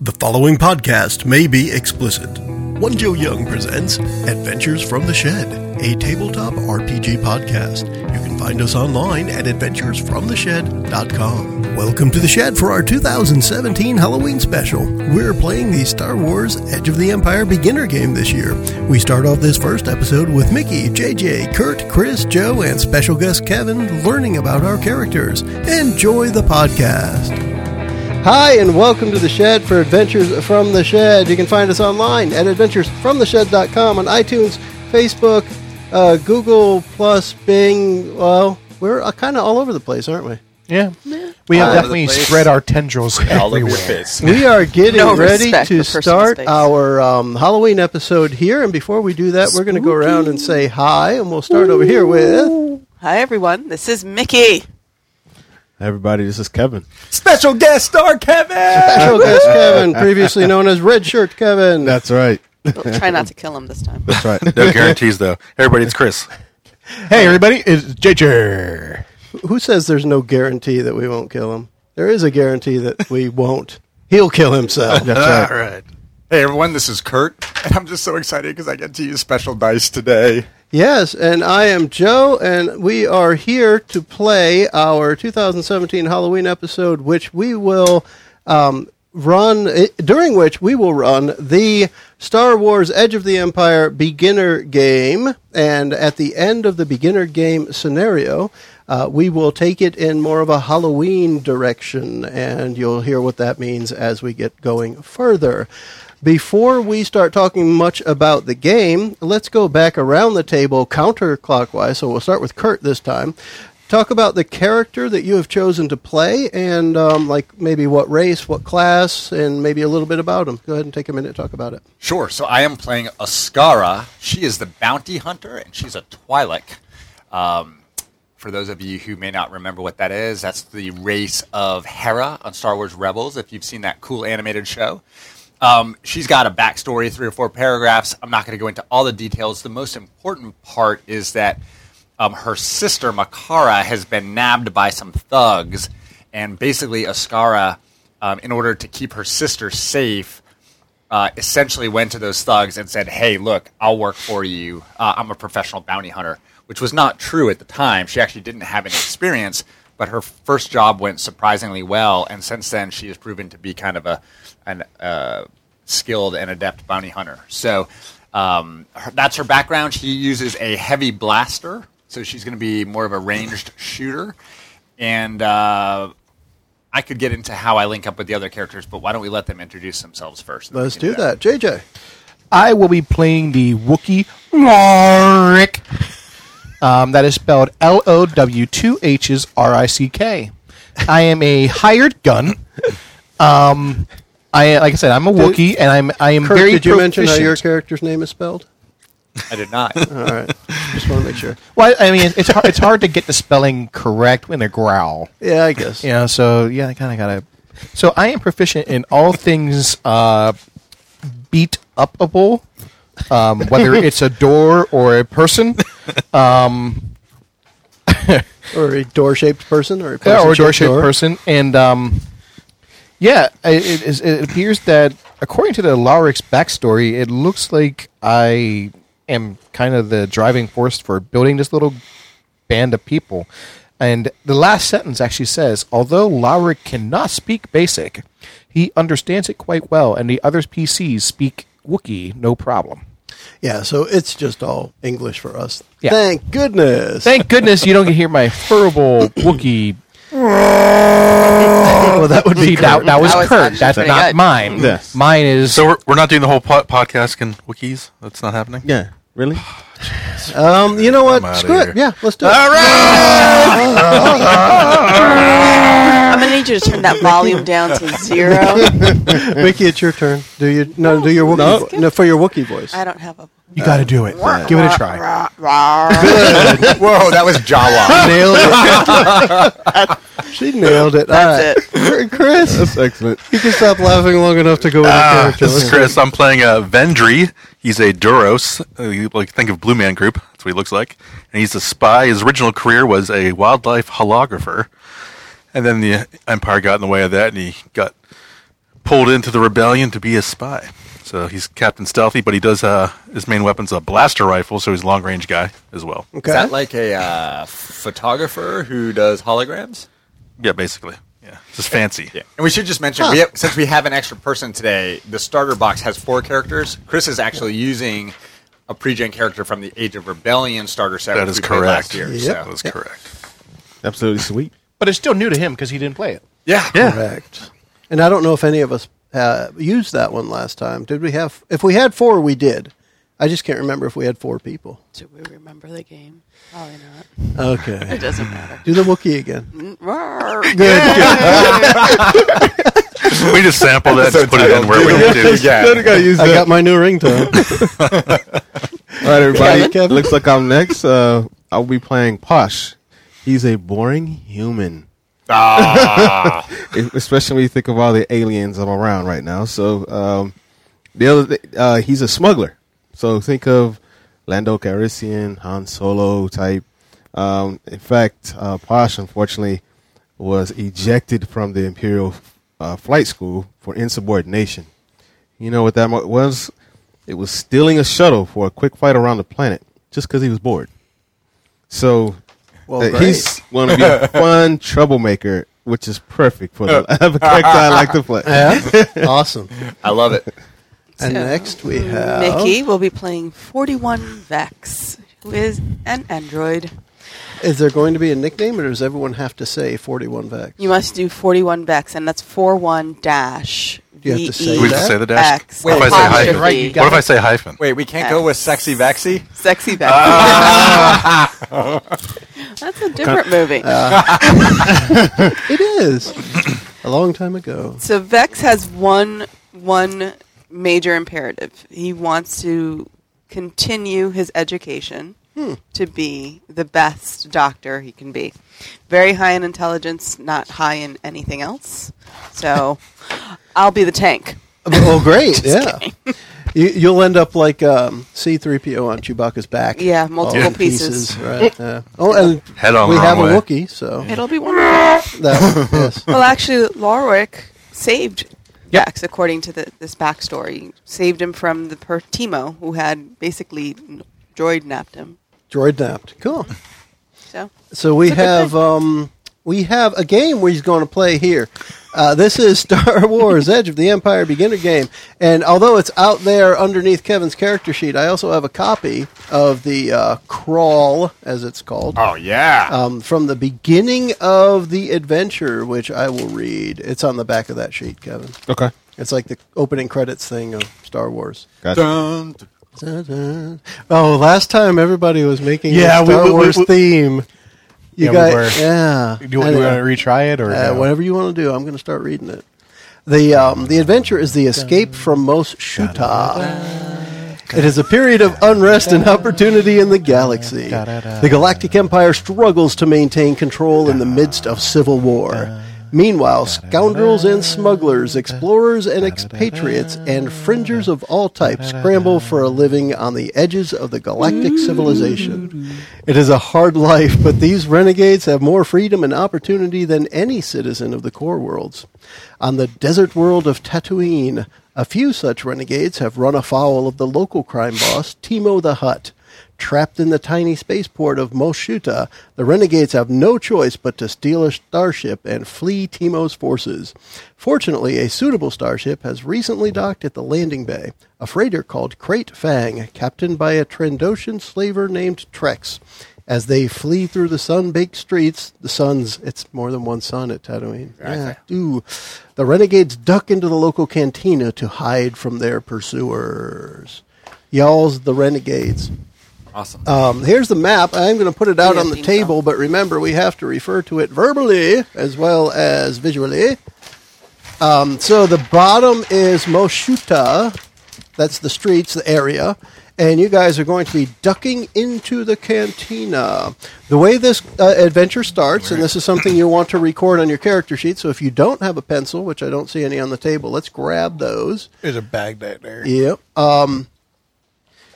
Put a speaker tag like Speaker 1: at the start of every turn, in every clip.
Speaker 1: The following podcast may be explicit. One Joe Young presents Adventures from the Shed, a tabletop RPG podcast. You can find us online at adventuresfromtheshed.com. Welcome to the Shed for our 2017 Halloween special. We're playing the Star Wars Edge of the Empire beginner game this year. We start off this first episode with Mickey, JJ, Kurt, Chris, Joe, and special guest Kevin learning about our characters. Enjoy the podcast.
Speaker 2: Hi, and welcome to The Shed for Adventures from the Shed. You can find us online at adventuresfromtheshed.com on iTunes, Facebook, uh, Google, Plus, Bing. Well, we're uh, kind of all over the place, aren't we?
Speaker 3: Yeah. We
Speaker 2: All over
Speaker 3: have definitely
Speaker 4: the place.
Speaker 3: spread our tendrils
Speaker 4: all over your
Speaker 3: everywhere.
Speaker 4: face.
Speaker 2: We are getting
Speaker 5: No
Speaker 2: ready
Speaker 5: respect
Speaker 2: to
Speaker 5: for personal
Speaker 2: start
Speaker 5: space.
Speaker 2: our um, Halloween episode here. And before we do that, we're going to go around and say hi, and we'll start over here with.
Speaker 5: Hi, everyone. This is Mickey.
Speaker 6: Everybody, this is Kevin.
Speaker 4: Special guest star Kevin.
Speaker 2: Special guest Kevin, previously known as Red Shirt Kevin.
Speaker 6: That's right.
Speaker 5: We'll try not to kill him this time.
Speaker 6: That's right.
Speaker 4: No guarantees though. Everybody, it's Chris.
Speaker 3: Hey, everybody, it's JJ.
Speaker 2: Who says there's no guarantee that we won't kill him? There is a guarantee that we won't. He'll kill himself.
Speaker 6: That's right.
Speaker 4: Hey everyone, this is Kurt, and I'm just so excited because I get to use special dice today.
Speaker 2: Yes, and I am Joe, and we are here to play our 2017 Halloween episode, which we will um, run, eh, during which we will run the Star Wars Edge of the Empire beginner game. And at the end of the beginner game scenario, uh, we will take it in more of a Halloween direction, and you'll hear what that means as we get going further. Before we start talking much about the game, let's go back around the table counterclockwise. So we'll start with Kurt this time. Talk about the character that you have chosen to play and um, like maybe what race, what class, and maybe a little bit about him. Go ahead and take a minute to talk about it.
Speaker 7: Sure. So I am playing Ascara. She is the bounty hunter, and she's a Twi'lek. Um, for those of you who may not remember what that is, that's the race of Hera on Star Wars Rebels. If you've seen that cool animated show, um, she's got a backstory, three or four paragraphs. I'm not going to go into all the details. The most important part is that um, her sister Makara has been nabbed by some thugs, and basically Ascara, um, in order to keep her sister safe, uh, essentially went to those thugs and said, "Hey, look, I'll work for you. Uh, I'm a professional bounty hunter," which was not true at the time. She actually didn't have any experience, but her first job went surprisingly well, and since then she has proven to be kind of a an uh, skilled and adept bounty hunter. So um, her, that's her background. She uses a heavy blaster, so she's going to be more of a ranged shooter, and. Uh, I could get into how I link up with the other characters, but why don't we let them introduce themselves first? and then
Speaker 2: Let's
Speaker 7: we can
Speaker 2: do that. JJ.
Speaker 3: I will be playing the Wookiee Lorik. Um, that is spelled L O W 2 H's R I C K. I am a hired gun. Um, I like I said, I'm a Wookiee, and I'm I am
Speaker 2: Kurt,
Speaker 3: very
Speaker 2: did you mention how
Speaker 3: proficient.
Speaker 2: your character's name is spelled?
Speaker 7: I did not.
Speaker 2: All right. Just want to make sure.
Speaker 3: Well, I mean, it's hard, it's hard to get the spelling correct when they growl.
Speaker 2: Yeah, I guess.
Speaker 3: You know, so yeah, I kind of gotta. So I am proficient in all things uh, beat upable, um, whether it's a door or a person,
Speaker 2: Or a door shaped person or a person
Speaker 3: yeah, or a
Speaker 2: shaped
Speaker 3: door-shaped person, and um, yeah, i- it, it, it appears that according to the Lauric's backstory, it looks like I am kind of the driving force for building this little band of people. And the last sentence actually says, although Lauric cannot speak basic, he understands it quite well, and the other PCs speak Wookiee no problem.
Speaker 2: Yeah, so it's just all English for us.
Speaker 3: Yeah.
Speaker 2: Thank goodness.
Speaker 3: Thank goodness you don't hear my horrible Wookiee.
Speaker 2: well, that would be
Speaker 3: See, that, that was
Speaker 5: That was
Speaker 3: Kurt.
Speaker 5: actually
Speaker 3: That's
Speaker 5: pretty
Speaker 3: not
Speaker 5: good.
Speaker 3: mine.
Speaker 6: Yes.
Speaker 3: Mine is
Speaker 8: So we're, we're not doing the whole po- podcast in wikis. That's not happening.
Speaker 6: Yeah. Really?
Speaker 2: Um, you know what?
Speaker 8: I'm outta
Speaker 2: Screw it.
Speaker 8: here.
Speaker 2: Yeah, let's do it. All right.
Speaker 5: I'm going to need you to turn that volume down to zero.
Speaker 2: Mickey, it's your turn. Do you no, do your Wookiee vo- no. for your Wookiee voice.
Speaker 5: I don't have a.
Speaker 3: You got to do it. Give it a try.
Speaker 7: Whoa, that was Jawa.
Speaker 2: Nailed it. she nailed it.
Speaker 5: That's
Speaker 2: All right. Chris,
Speaker 6: That's excellent.
Speaker 2: you can stop laughing long enough to go into
Speaker 8: Ah,
Speaker 2: character.
Speaker 8: this is Chris. I'm playing uh, Vendry. He's a Duros. Uh, you, like think of Blue Man Group. That's what he looks like. And he's a spy. His original career was a wildlife holographer, and then the Empire got in the way of that, and he got pulled into the rebellion to be a spy. So he's Captain Stealthy, but he does uh, his main weapon's a blaster rifle, so he's a long range guy as well.
Speaker 2: Okay.
Speaker 7: Is that like a uh, photographer who does holograms?
Speaker 8: Yeah, basically. Yeah, it's just fancy.
Speaker 7: Yeah. And we should just mention, we have, since we have an extra person today, the starter box has four characters. Chris is actually using a pregen character from the Age of Rebellion starter set.
Speaker 8: That
Speaker 7: which
Speaker 8: is
Speaker 7: we played
Speaker 8: correct.
Speaker 7: Last year,
Speaker 2: Yep.
Speaker 7: so-
Speaker 8: That is correct.
Speaker 6: Absolutely sweet.
Speaker 3: But it's still new to him because he didn't play it.
Speaker 7: Yeah.
Speaker 2: Correct. And I don't know if any of us uh, used that one last time. Did we have? If we had four, we did. I just can't remember if we had four people.
Speaker 5: Do we remember the game? Probably not.
Speaker 2: Okay.
Speaker 5: It doesn't matter.
Speaker 2: Do the Wookiee again.
Speaker 5: Roar.
Speaker 2: Good.
Speaker 8: we just sample that and put it in where we need to.
Speaker 6: Gotta- gotta use
Speaker 2: I
Speaker 6: that.
Speaker 2: got my new ringtone.
Speaker 6: All right, everybody.
Speaker 2: Kevin, Kevin.
Speaker 6: Looks like I'm next. Uh, I'll be playing Posh. He's a boring human, especially when you think of all the aliens I'm around right now. So um, the other, thi- uh, he's a smuggler. So think of Lando Calrissian, Han Solo type. Um, in fact, uh, Posh unfortunately was ejected from the Imperial uh, Flight School for insubordination. You know what that mo- was? It was stealing a shuttle for a quick flight around the planet just because he was bored. So
Speaker 2: Well,
Speaker 6: uh,
Speaker 2: great.
Speaker 6: he's going to be a fun troublemaker, which is perfect for the the character I like to play.
Speaker 2: Yeah. Awesome.
Speaker 7: I love it.
Speaker 2: And
Speaker 5: So,
Speaker 2: next we
Speaker 5: Mm.
Speaker 2: have
Speaker 5: Mickey will be playing 41 Vex, who is an android.
Speaker 2: Is there going to be a nickname, or does everyone have to say 41 Vex?
Speaker 5: You must do 41 Vex, and that's 41 dash.
Speaker 2: You have to say
Speaker 8: Do we have to say the dash?
Speaker 5: X
Speaker 8: What if I say
Speaker 5: apostrophe.
Speaker 8: hyphen? What if I say hyphen?
Speaker 7: Wait, we can't go with Sexy Vexy?
Speaker 5: Sexy Vex.
Speaker 8: Ah.
Speaker 5: that's a different movie.
Speaker 2: It is a long time ago.
Speaker 5: So Vex has one one major imperative. He wants to continue his education
Speaker 7: Hmm.
Speaker 5: to be the best doctor he can be. Very high in intelligence, not high in anything else. So I'll be the tank.
Speaker 2: Oh, great! yeah, you, you'll end up like um, C-3PO on Chewbacca's back.
Speaker 5: Yeah,
Speaker 2: All
Speaker 5: multiple
Speaker 2: in
Speaker 5: pieces.
Speaker 2: Right. yeah. Oh, and
Speaker 8: Head on
Speaker 2: we
Speaker 8: the
Speaker 2: have a
Speaker 8: wrong way.
Speaker 2: Wookiee, so
Speaker 5: It'll be wonderful.
Speaker 2: that yes.
Speaker 5: well, actually, Lorwick saved Vex, according to the, this backstory. Saved him from the per- Timo, who had basically n- droid napped him.
Speaker 2: droid napped. Cool.
Speaker 5: So
Speaker 2: So we
Speaker 5: It's a good
Speaker 2: have
Speaker 5: thing.
Speaker 2: um, we have a game where he's going to play here. Uh, this is Star Wars: Edge of the Empire beginner game, and although it's out there underneath Kevin's character sheet, I also have a copy of the uh, crawl, as it's called,
Speaker 7: Oh, yeah.
Speaker 2: um, from the beginning of the adventure, which I will read. It's on the back of that sheet, Kevin.
Speaker 6: Okay.
Speaker 2: It's like the opening credits thing of Star Wars.
Speaker 6: Gotcha.
Speaker 2: Dun-dun. Oh, last time everybody was making
Speaker 3: Yeah,
Speaker 2: a
Speaker 3: we-
Speaker 2: Star
Speaker 3: we- we-
Speaker 2: Wars
Speaker 3: we-
Speaker 2: theme. You
Speaker 3: Yeah, we
Speaker 2: guys,
Speaker 3: were.
Speaker 2: yeah.
Speaker 3: Do you, want to
Speaker 2: Anyway.
Speaker 3: retry it or
Speaker 2: Uh,
Speaker 3: no?
Speaker 2: Whatever you want to do, I'm going to start reading it. The um, the adventure is the escape from Mos Shuta. It is a period of unrest and opportunity in the galaxy. The Galactic Empire struggles to maintain control in the midst of civil war. Meanwhile, scoundrels and smugglers, explorers and expatriates, and fringers of all types scramble for a living on the edges of the galactic civilization. It is a hard life, but these renegades have more freedom and opportunity than any citizen of the core worlds. On the desert world of Tatooine, a few such renegades have run afoul of the local crime boss, Timo the Hutt. Trapped in the tiny spaceport of Moshuta, the renegades have no choice but to steal a starship and flee Timo's forces. Fortunately, a suitable starship has recently docked at the landing bay, a freighter called Crate Fang, captained by a Trandoshan slaver named Trex. As they flee through the sun-baked streets, the sun's it's more than one sun at Tatooine. Yeah, do. The renegades duck into the local cantina to hide from their pursuers. Y'all's the renegades.
Speaker 7: awesome.
Speaker 2: Um, here's the map. I'm going to put it out
Speaker 5: Yeah,
Speaker 2: on the
Speaker 5: theme song.
Speaker 2: table, but remember, we have to refer to it verbally as well as visually. Um, so the bottom is Moshuta. That's the streets, the area. And you guys are going to be ducking into the cantina. The way this uh, adventure starts, and this is something you'll want to record on your character sheet. So if you don't have a pencil, which I don't see any on the table, let's grab those.
Speaker 3: There's a bag down there.
Speaker 2: Yep. Um,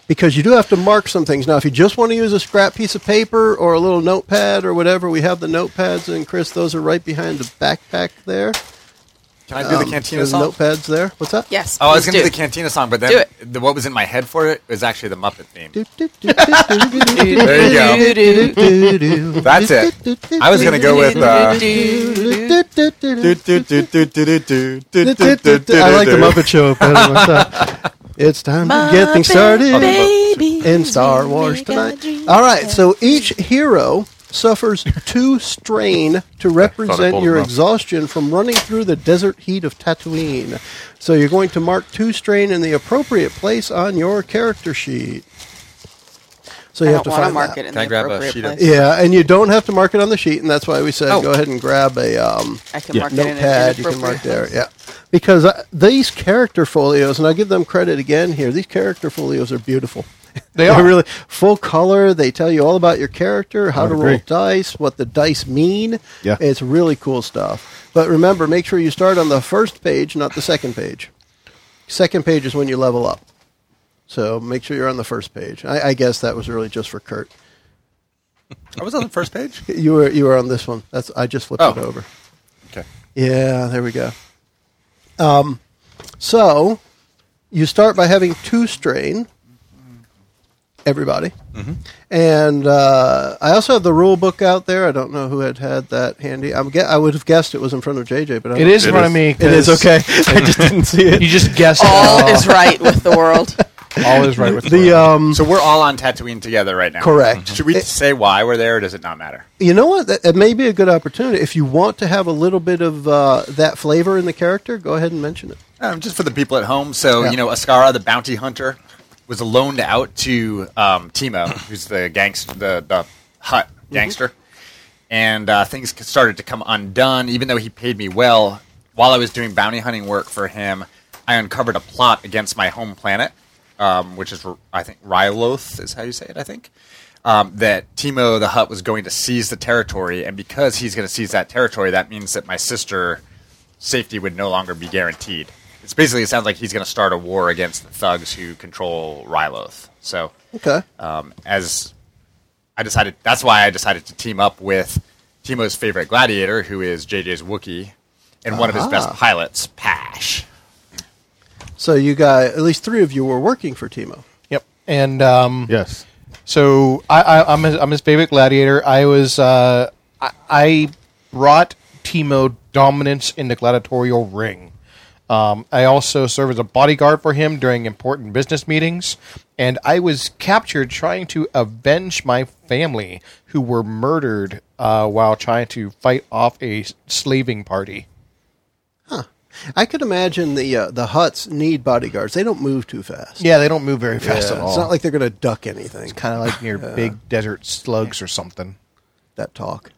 Speaker 2: because you do have to mark some things. Now, if you just want to use a scrap piece of paper or a little notepad or whatever, we have the notepads, and Chris, those are right behind the backpack there.
Speaker 7: Can I do the
Speaker 2: Um,
Speaker 7: Cantina
Speaker 2: there's
Speaker 7: song?
Speaker 2: notepads there. What's that?
Speaker 5: Yes.
Speaker 7: Oh, I was
Speaker 5: please
Speaker 7: going to do
Speaker 5: do.
Speaker 7: the Cantina song, but then
Speaker 5: Do it.
Speaker 7: The, what was in my head for it was actually the Muppet theme.
Speaker 2: Do, do, do, do, do, do, do, do,
Speaker 7: There you go.
Speaker 5: Do, do,
Speaker 2: do, do,
Speaker 5: do,
Speaker 2: do.
Speaker 7: That's it.
Speaker 2: Do, do, do,
Speaker 7: I was going to go with. Uh,
Speaker 5: do, do, do,
Speaker 2: do, do,
Speaker 5: do.
Speaker 2: do, do, do. I
Speaker 4: I
Speaker 2: like the Muppet Show better myself. It's time to get things started in Star Wars tonight. All right, so each hero suffers two strain to represent
Speaker 8: pulled
Speaker 2: your
Speaker 8: them up.
Speaker 2: exhaustion from running through the desert heat of Tatooine. So you're going to mark two strain in the appropriate place on your character sheet. So you
Speaker 5: I
Speaker 2: have
Speaker 5: don't
Speaker 2: to
Speaker 5: want to
Speaker 2: find
Speaker 5: mark
Speaker 2: that.
Speaker 5: it in
Speaker 7: Can I
Speaker 5: the
Speaker 7: grab a
Speaker 5: appropriate
Speaker 7: sheet of-
Speaker 5: place.
Speaker 2: Yeah, and you don't have to mark it on the sheet, and that's why we said
Speaker 7: Oh.
Speaker 2: go ahead and grab a um,
Speaker 5: I can
Speaker 2: yeah,
Speaker 5: mark it in an
Speaker 2: notepad. You can mark
Speaker 5: inappropriate
Speaker 2: there,
Speaker 5: place.
Speaker 2: yeah. Because uh, these character folios, and I give them credit again here. These character folios are beautiful. They are really full color. They tell you all about your character, how
Speaker 6: would
Speaker 2: to roll
Speaker 6: agree.
Speaker 2: dice, what the dice mean.
Speaker 6: Yeah.
Speaker 2: it's really cool stuff. But remember, make sure you start on the first page, not the second page. Second page is when you level up. So make sure you're on the first page. I, I guess that was really just for Kurt.
Speaker 7: I was on the first page.
Speaker 2: You were you were on this one. That's I just flipped it
Speaker 7: Oh.
Speaker 2: over.
Speaker 7: Okay.
Speaker 2: Yeah, there we go. Um, so you start by having two strain. Everybody, and uh, I also have the rule book out there. I don't know who had had that handy. I'm gue- I would have guessed it was in front of JJ, but I
Speaker 3: It is in
Speaker 8: It
Speaker 3: front of
Speaker 8: is.
Speaker 3: me.
Speaker 2: It is
Speaker 3: 'cause
Speaker 2: okay. I just didn't see
Speaker 3: You
Speaker 2: it.
Speaker 3: just guessed.
Speaker 5: All
Speaker 2: Oh.
Speaker 3: it.
Speaker 5: is right with the world.
Speaker 3: all is right with
Speaker 2: The um,
Speaker 7: So we're all on Tatooine together right now. Mm-hmm.
Speaker 2: Correct.
Speaker 7: Should we say why we're there, or does it not matter?
Speaker 2: you know what? That, that may be a good opportunity if you want to have a little bit of uh, that flavor in the character. Go ahead and mention it.
Speaker 7: Um, just for the people at home. So,
Speaker 2: Yeah.
Speaker 7: you know, Ascara, the bounty hunter, was loaned out to um, Timo, who's the gangster, the, the hut
Speaker 2: Mm-hmm.
Speaker 7: gangster. And uh, things started to come undone. Even though he paid me well, while I was doing bounty hunting work for him, I uncovered a plot against my home planet, um, which is, I think, Ryloth is how you say it, I think. Um, that Timo the Hut was going to seize the territory, and because he's going to seize that territory, that means that my sister safety would no longer be guaranteed. It's basically it sounds like he's going to start a war against the thugs who control Ryloth. So,
Speaker 2: Okay.
Speaker 3: Uh.
Speaker 7: um, as I decided, that's why I decided to team up with Timo's favorite gladiator, who is JJ's Wookiee, and one of his best pilots, Pash.
Speaker 2: So you guys, at least three of you were working for Timo.
Speaker 3: Yep. And um,
Speaker 6: Yes.
Speaker 3: So I, I, I'm his, I'm his favorite gladiator. I was uh, I, I brought Timo dominance in the gladiatorial ring. Um, I also serve as a bodyguard for him during important business meetings, and I was captured trying to avenge my family who were murdered uh, while trying to fight off a s- slaving party.
Speaker 2: I could imagine the uh, the huts need bodyguards. They don't move too fast.
Speaker 3: Yeah, they don't move very
Speaker 2: Yeah,
Speaker 3: fast at all.
Speaker 2: It's not like they're going to duck anything.
Speaker 3: kind of like near big desert slugs or something.
Speaker 2: That talk.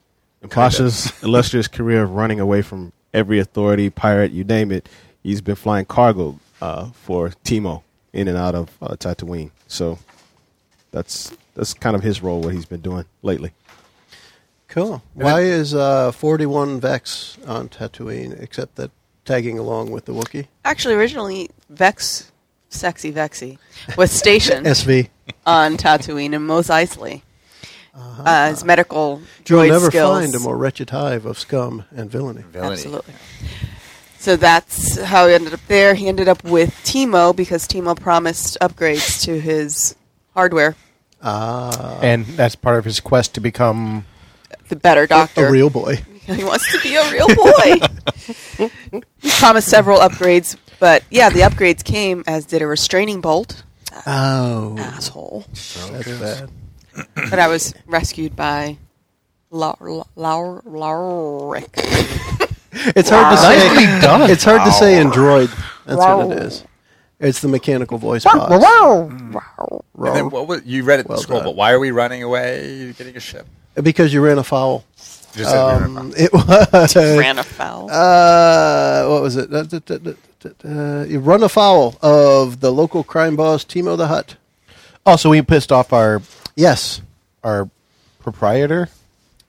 Speaker 6: Pasha's illustrious career of running away from every authority, pirate, you name it. He's been flying cargo uh, for Timo in and out of uh, Tatooine. So that's that's kind of his role, what he's been doing lately.
Speaker 2: Cool. Why is uh, 41 Vex on Tatooine, except that tagging along with the Wookiee?
Speaker 5: Actually, originally Vex, sexy Vexy, was stationed
Speaker 2: SV.
Speaker 5: on Tatooine in Mos Eisley. Uh, his medical
Speaker 2: Uh-huh. You'll
Speaker 5: droid
Speaker 2: never
Speaker 5: skills.
Speaker 2: find a more wretched hive of scum and villainy.
Speaker 7: Villainy.
Speaker 5: Absolutely. So that's how he ended up there. He ended up with Timo because Timo promised upgrades to his hardware.
Speaker 2: Uh-huh.
Speaker 3: and that's part of his quest to become
Speaker 5: The better doctor.
Speaker 2: A real boy.
Speaker 5: he wants to be a real boy. he promised several upgrades, but yeah, the upgrades came as did a restraining bolt.
Speaker 2: Oh,
Speaker 5: Asshole.
Speaker 2: that's bad.
Speaker 5: But I was rescued by Lau- Lau- Lauric.
Speaker 2: It's hard to say. It's hard to say in droid. That's what it
Speaker 5: Wow.
Speaker 2: is. It's the mechanical voice box.
Speaker 7: And then what was, you read it in
Speaker 2: Well
Speaker 7: the scroll,
Speaker 2: done.
Speaker 7: but why are we running away, getting a ship?
Speaker 2: Because you ran afoul.
Speaker 7: Just said we were in a-
Speaker 2: Um, it was.
Speaker 5: Ran afoul.
Speaker 2: Uh, what was it? Uh, d- d- d- d- d- uh, you run afoul of the local crime boss Timo the Hut.
Speaker 3: Also, we pissed off our
Speaker 2: Yes,
Speaker 3: our proprietor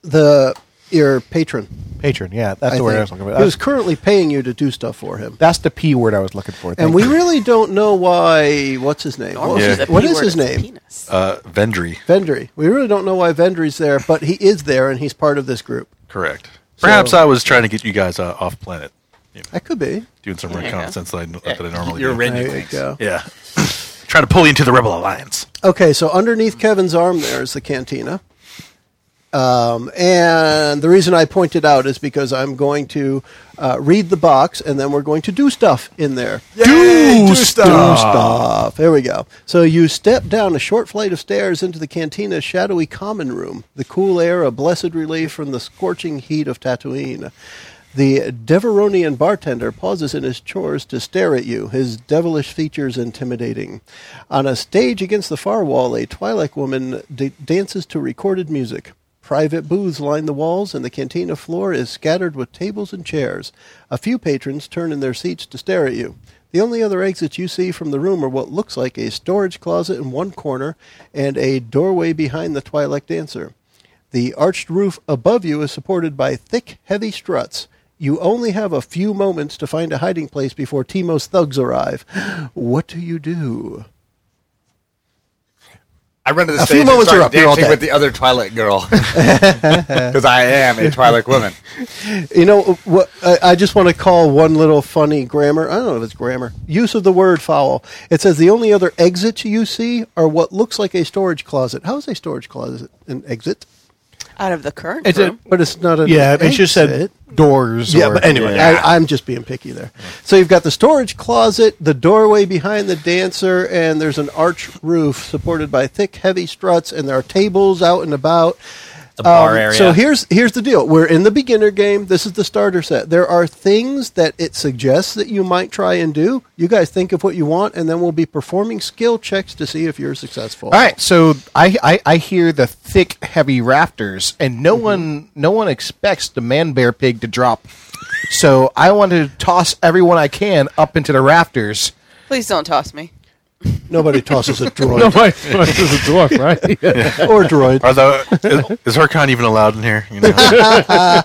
Speaker 2: the your patron.
Speaker 3: patron. Yeah, that's
Speaker 2: I
Speaker 3: the word I
Speaker 2: think.
Speaker 3: was looking for.
Speaker 2: Who's
Speaker 3: That's,
Speaker 2: currently paying you to do stuff for him.
Speaker 3: that's the p word I was looking for.
Speaker 2: And
Speaker 3: Thank
Speaker 2: we
Speaker 3: you.
Speaker 2: really don't know why. What's his name? What-
Speaker 8: Yeah.
Speaker 5: The P
Speaker 2: what is
Speaker 5: word
Speaker 2: his name?
Speaker 5: Penis.
Speaker 8: Uh, Vendry.
Speaker 2: Vendry. We really don't know why Vendry's there, but he is there, and he's part of this group.
Speaker 8: Correct. Perhaps
Speaker 2: So-
Speaker 8: I was trying to get you guys uh, off planet.
Speaker 2: That could be.
Speaker 8: Doing some
Speaker 5: you go.
Speaker 8: retcon since I, that I normally
Speaker 7: You're
Speaker 8: do.
Speaker 7: arranging
Speaker 2: There you
Speaker 7: things.
Speaker 2: go.
Speaker 8: Yeah. Trying to pull you into the Rebel Alliance.
Speaker 2: Okay, so underneath Kevin's arm there is the cantina. Um, and the reason I point it out is because I'm going to uh, read the box and then we're going to do stuff in there.
Speaker 4: Yay, do
Speaker 2: Do
Speaker 4: stuff.
Speaker 2: stuff. There we go. So you step down a short flight of stairs into the cantina's shadowy common room, the cool air a blessed relief from the scorching heat of Tatooine. The Deveronian bartender pauses in his chores to stare at you, his devilish features intimidating. On a stage against the far wall, a Twi'lek woman d- dances to recorded music. Private booths line the walls, and the cantina floor is scattered with tables and chairs. A few patrons turn in their seats to stare at you. The only other exits you see from the room are what looks like a storage closet in one corner and a doorway behind the Twi'lek dancer. The arched roof above you is supported by thick, heavy struts. You only have a few moments to find a hiding place before Timo's thugs arrive. What do you do?
Speaker 7: I run to
Speaker 2: A
Speaker 7: the
Speaker 2: few
Speaker 7: stage and
Speaker 2: moments are
Speaker 7: start
Speaker 2: up. You're all
Speaker 7: dancing
Speaker 2: dead.
Speaker 7: with the other Twilight girl because I am a Twilight woman.
Speaker 2: You know, what, I, I just want to call one little funny grammar. I don't know if it's grammar. Use of the word foul. It says the only other exits you see are what looks like a storage closet. How is a storage closet an exit?
Speaker 5: Out of the current
Speaker 3: It's a-
Speaker 5: room.
Speaker 2: But it's not an
Speaker 3: Yeah,
Speaker 2: exit.
Speaker 3: it just said doors.
Speaker 2: Yeah,
Speaker 3: or-
Speaker 2: but anyway, I, I'm just being picky there. So you've got the storage closet, the doorway behind the dancer, and there's an arch roof supported by thick, heavy struts, and there are tables out and about.
Speaker 7: The bar
Speaker 2: Um,
Speaker 7: area.
Speaker 2: So here's here's the deal. We're in the beginner game. This is the starter set. There are things that it suggests that you might try and do. You guys think of what you want, and then we'll be performing skill checks to see if you're successful.
Speaker 3: All right, so I, I I hear the thick, heavy rafters, and no
Speaker 2: Mm-hmm.
Speaker 3: one no one expects the man bear pig to drop. so I want to toss everyone I can up into the rafters.
Speaker 5: Please don't toss me.
Speaker 2: Nobody tosses a droid
Speaker 9: my this is a dwarf, right?
Speaker 2: or droid.
Speaker 8: Are the, is, is Hercon even allowed in here? You know?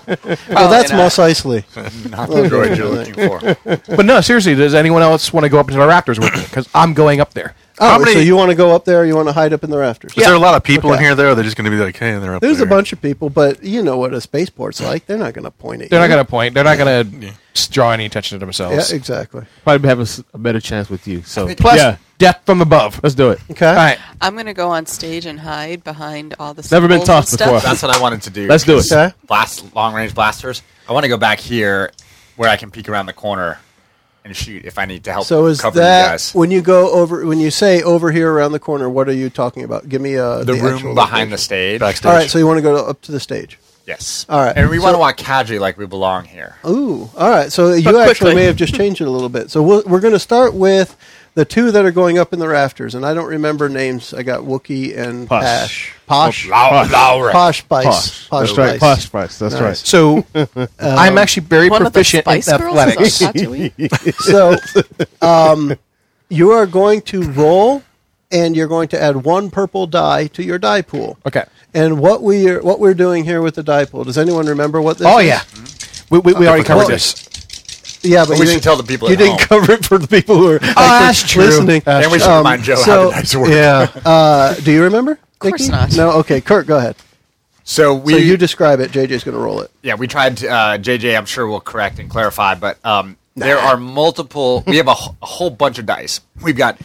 Speaker 2: Well, that's
Speaker 5: not.
Speaker 2: Mos Eisley.
Speaker 7: Not the droid you're looking for.
Speaker 3: But no, seriously, does anyone else want to go up into the rafters with me? Because I'm going up there.
Speaker 2: Oh,
Speaker 8: many-
Speaker 2: so you want to go up there? Or you want to hide up in the rafters?
Speaker 8: Is there a lot of people in here, though? Or they're just going to be like, hey, they're up
Speaker 2: There's
Speaker 8: there.
Speaker 2: a bunch of people, but you know what a spaceport's like. They're not going to point at
Speaker 3: They're
Speaker 2: you.
Speaker 3: not going to point. They're not going to draw any attention to themselves.
Speaker 2: Yeah, exactly.
Speaker 6: Probably have a s- a, better chance with you. So
Speaker 3: Plus,
Speaker 9: Yeah.
Speaker 3: death from above.
Speaker 9: Let's do it.
Speaker 2: Okay.
Speaker 3: All right.
Speaker 5: I'm gonna go on stage and hide behind all the
Speaker 9: Never been
Speaker 5: symbols and
Speaker 9: tossed
Speaker 5: stuff.
Speaker 9: before.
Speaker 7: That's what I wanted to do.
Speaker 9: Let's do it.
Speaker 2: Okay.
Speaker 7: Blast long range blasters. I want to go back here where I can peek around the corner and shoot if I need to help.
Speaker 2: So is
Speaker 7: cover you
Speaker 2: that
Speaker 7: guys.
Speaker 2: when you go over when you say over here around the corner? What are you talking about? Give me uh,
Speaker 7: the,
Speaker 2: actual
Speaker 7: room behind the
Speaker 2: location.
Speaker 7: stage?
Speaker 8: Backstage.
Speaker 2: All right, so you want to go to, up to the stage?
Speaker 7: Yes.
Speaker 2: All right.
Speaker 7: And we want
Speaker 2: So-
Speaker 7: to walk casually like we belong here.
Speaker 2: Ooh, all right. So you
Speaker 5: quickly.
Speaker 2: actually may have just changed it a little bit. So we'll, we're going to start with the two that are going up in the rafters, and I don't remember names. I got Wookie and Posh.
Speaker 9: Posh.
Speaker 2: Posh.
Speaker 7: Lau- Laura.
Speaker 2: Posh Spice. Posh,
Speaker 9: Posh.
Speaker 6: that's right.
Speaker 2: Spice.
Speaker 6: Posh price. That's
Speaker 2: Nice.
Speaker 6: right.
Speaker 3: So
Speaker 2: Um,
Speaker 3: I'm actually very
Speaker 5: One of the
Speaker 3: proficient in
Speaker 5: Spice Girls
Speaker 3: athletics.
Speaker 5: is on Tatooine.
Speaker 2: So, um, you are going to roll, and you're going to add one purple die to your die pool.
Speaker 3: Okay.
Speaker 2: And what we are, what we're doing here with the die pool? Does anyone remember what this?
Speaker 3: Oh
Speaker 2: is?
Speaker 3: yeah, we, we, we already covered
Speaker 2: Well,
Speaker 3: this.
Speaker 2: yeah. But
Speaker 7: But
Speaker 2: you
Speaker 7: we should
Speaker 2: didn't,
Speaker 7: tell the people
Speaker 2: you
Speaker 7: at
Speaker 2: didn't
Speaker 7: home.
Speaker 2: cover it for the people who are actually
Speaker 7: Oh,
Speaker 3: that's true.
Speaker 2: listening.
Speaker 3: That's
Speaker 7: and we should
Speaker 2: Um,
Speaker 7: remind Joe how
Speaker 2: so-
Speaker 7: the dice work.
Speaker 2: Yeah. Uh, do you remember? Of
Speaker 5: course not.
Speaker 2: No. Okay. Kurt, go ahead.
Speaker 7: So we
Speaker 2: so you describe it. JJ's going to roll it.
Speaker 7: yeah, we tried to, uh, JJ, I'm sure will correct and clarify, but um, there are multiple, we have a, wh- a whole bunch of dice. We've got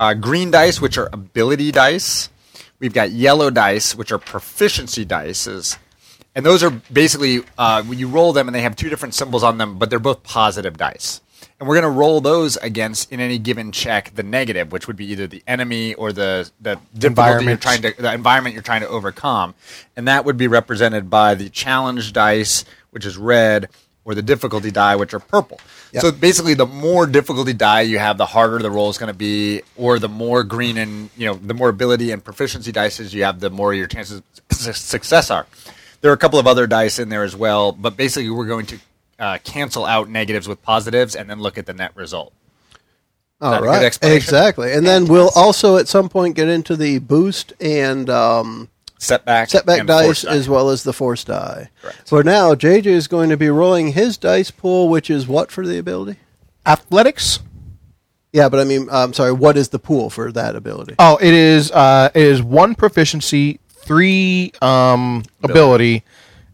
Speaker 7: uh, green dice, which are ability dice. We've got yellow dice, which are proficiency dices. And those are basically, uh, when you roll them and they have two different symbols on them, but they're both positive dice. And we're going to roll those against, in any given check, the negative, which would be either the enemy or the, the difficulty you're
Speaker 3: Environment.
Speaker 7: trying to to- the environment you're trying to overcome, and that would be represented by the challenge dice, which is red, or the difficulty die, which are purple. So basically, the more difficulty die you have, the harder the roll is going to be, or the more green and you know the more ability and proficiency dices you have, the more your chances of su- success are. There are a couple of other dice in there as well, but basically, we're going to uh, cancel out negatives with positives, and then look at the net result.
Speaker 2: All
Speaker 7: that a good
Speaker 2: right.
Speaker 7: explanation?
Speaker 2: Exactly. And then we'll also at some point get into the boost and. Um,
Speaker 7: Setback,
Speaker 2: setback
Speaker 7: and
Speaker 2: dice
Speaker 7: force die.
Speaker 2: as well as the force die.
Speaker 7: Correct.
Speaker 2: For now, JJ is going to be rolling his dice pool, which is what for the ability?
Speaker 3: Athletics.
Speaker 2: Yeah, but I mean, uh, I'm sorry, what is the pool for that ability?
Speaker 3: Oh, it is. Uh, it is one proficiency, three um, ability,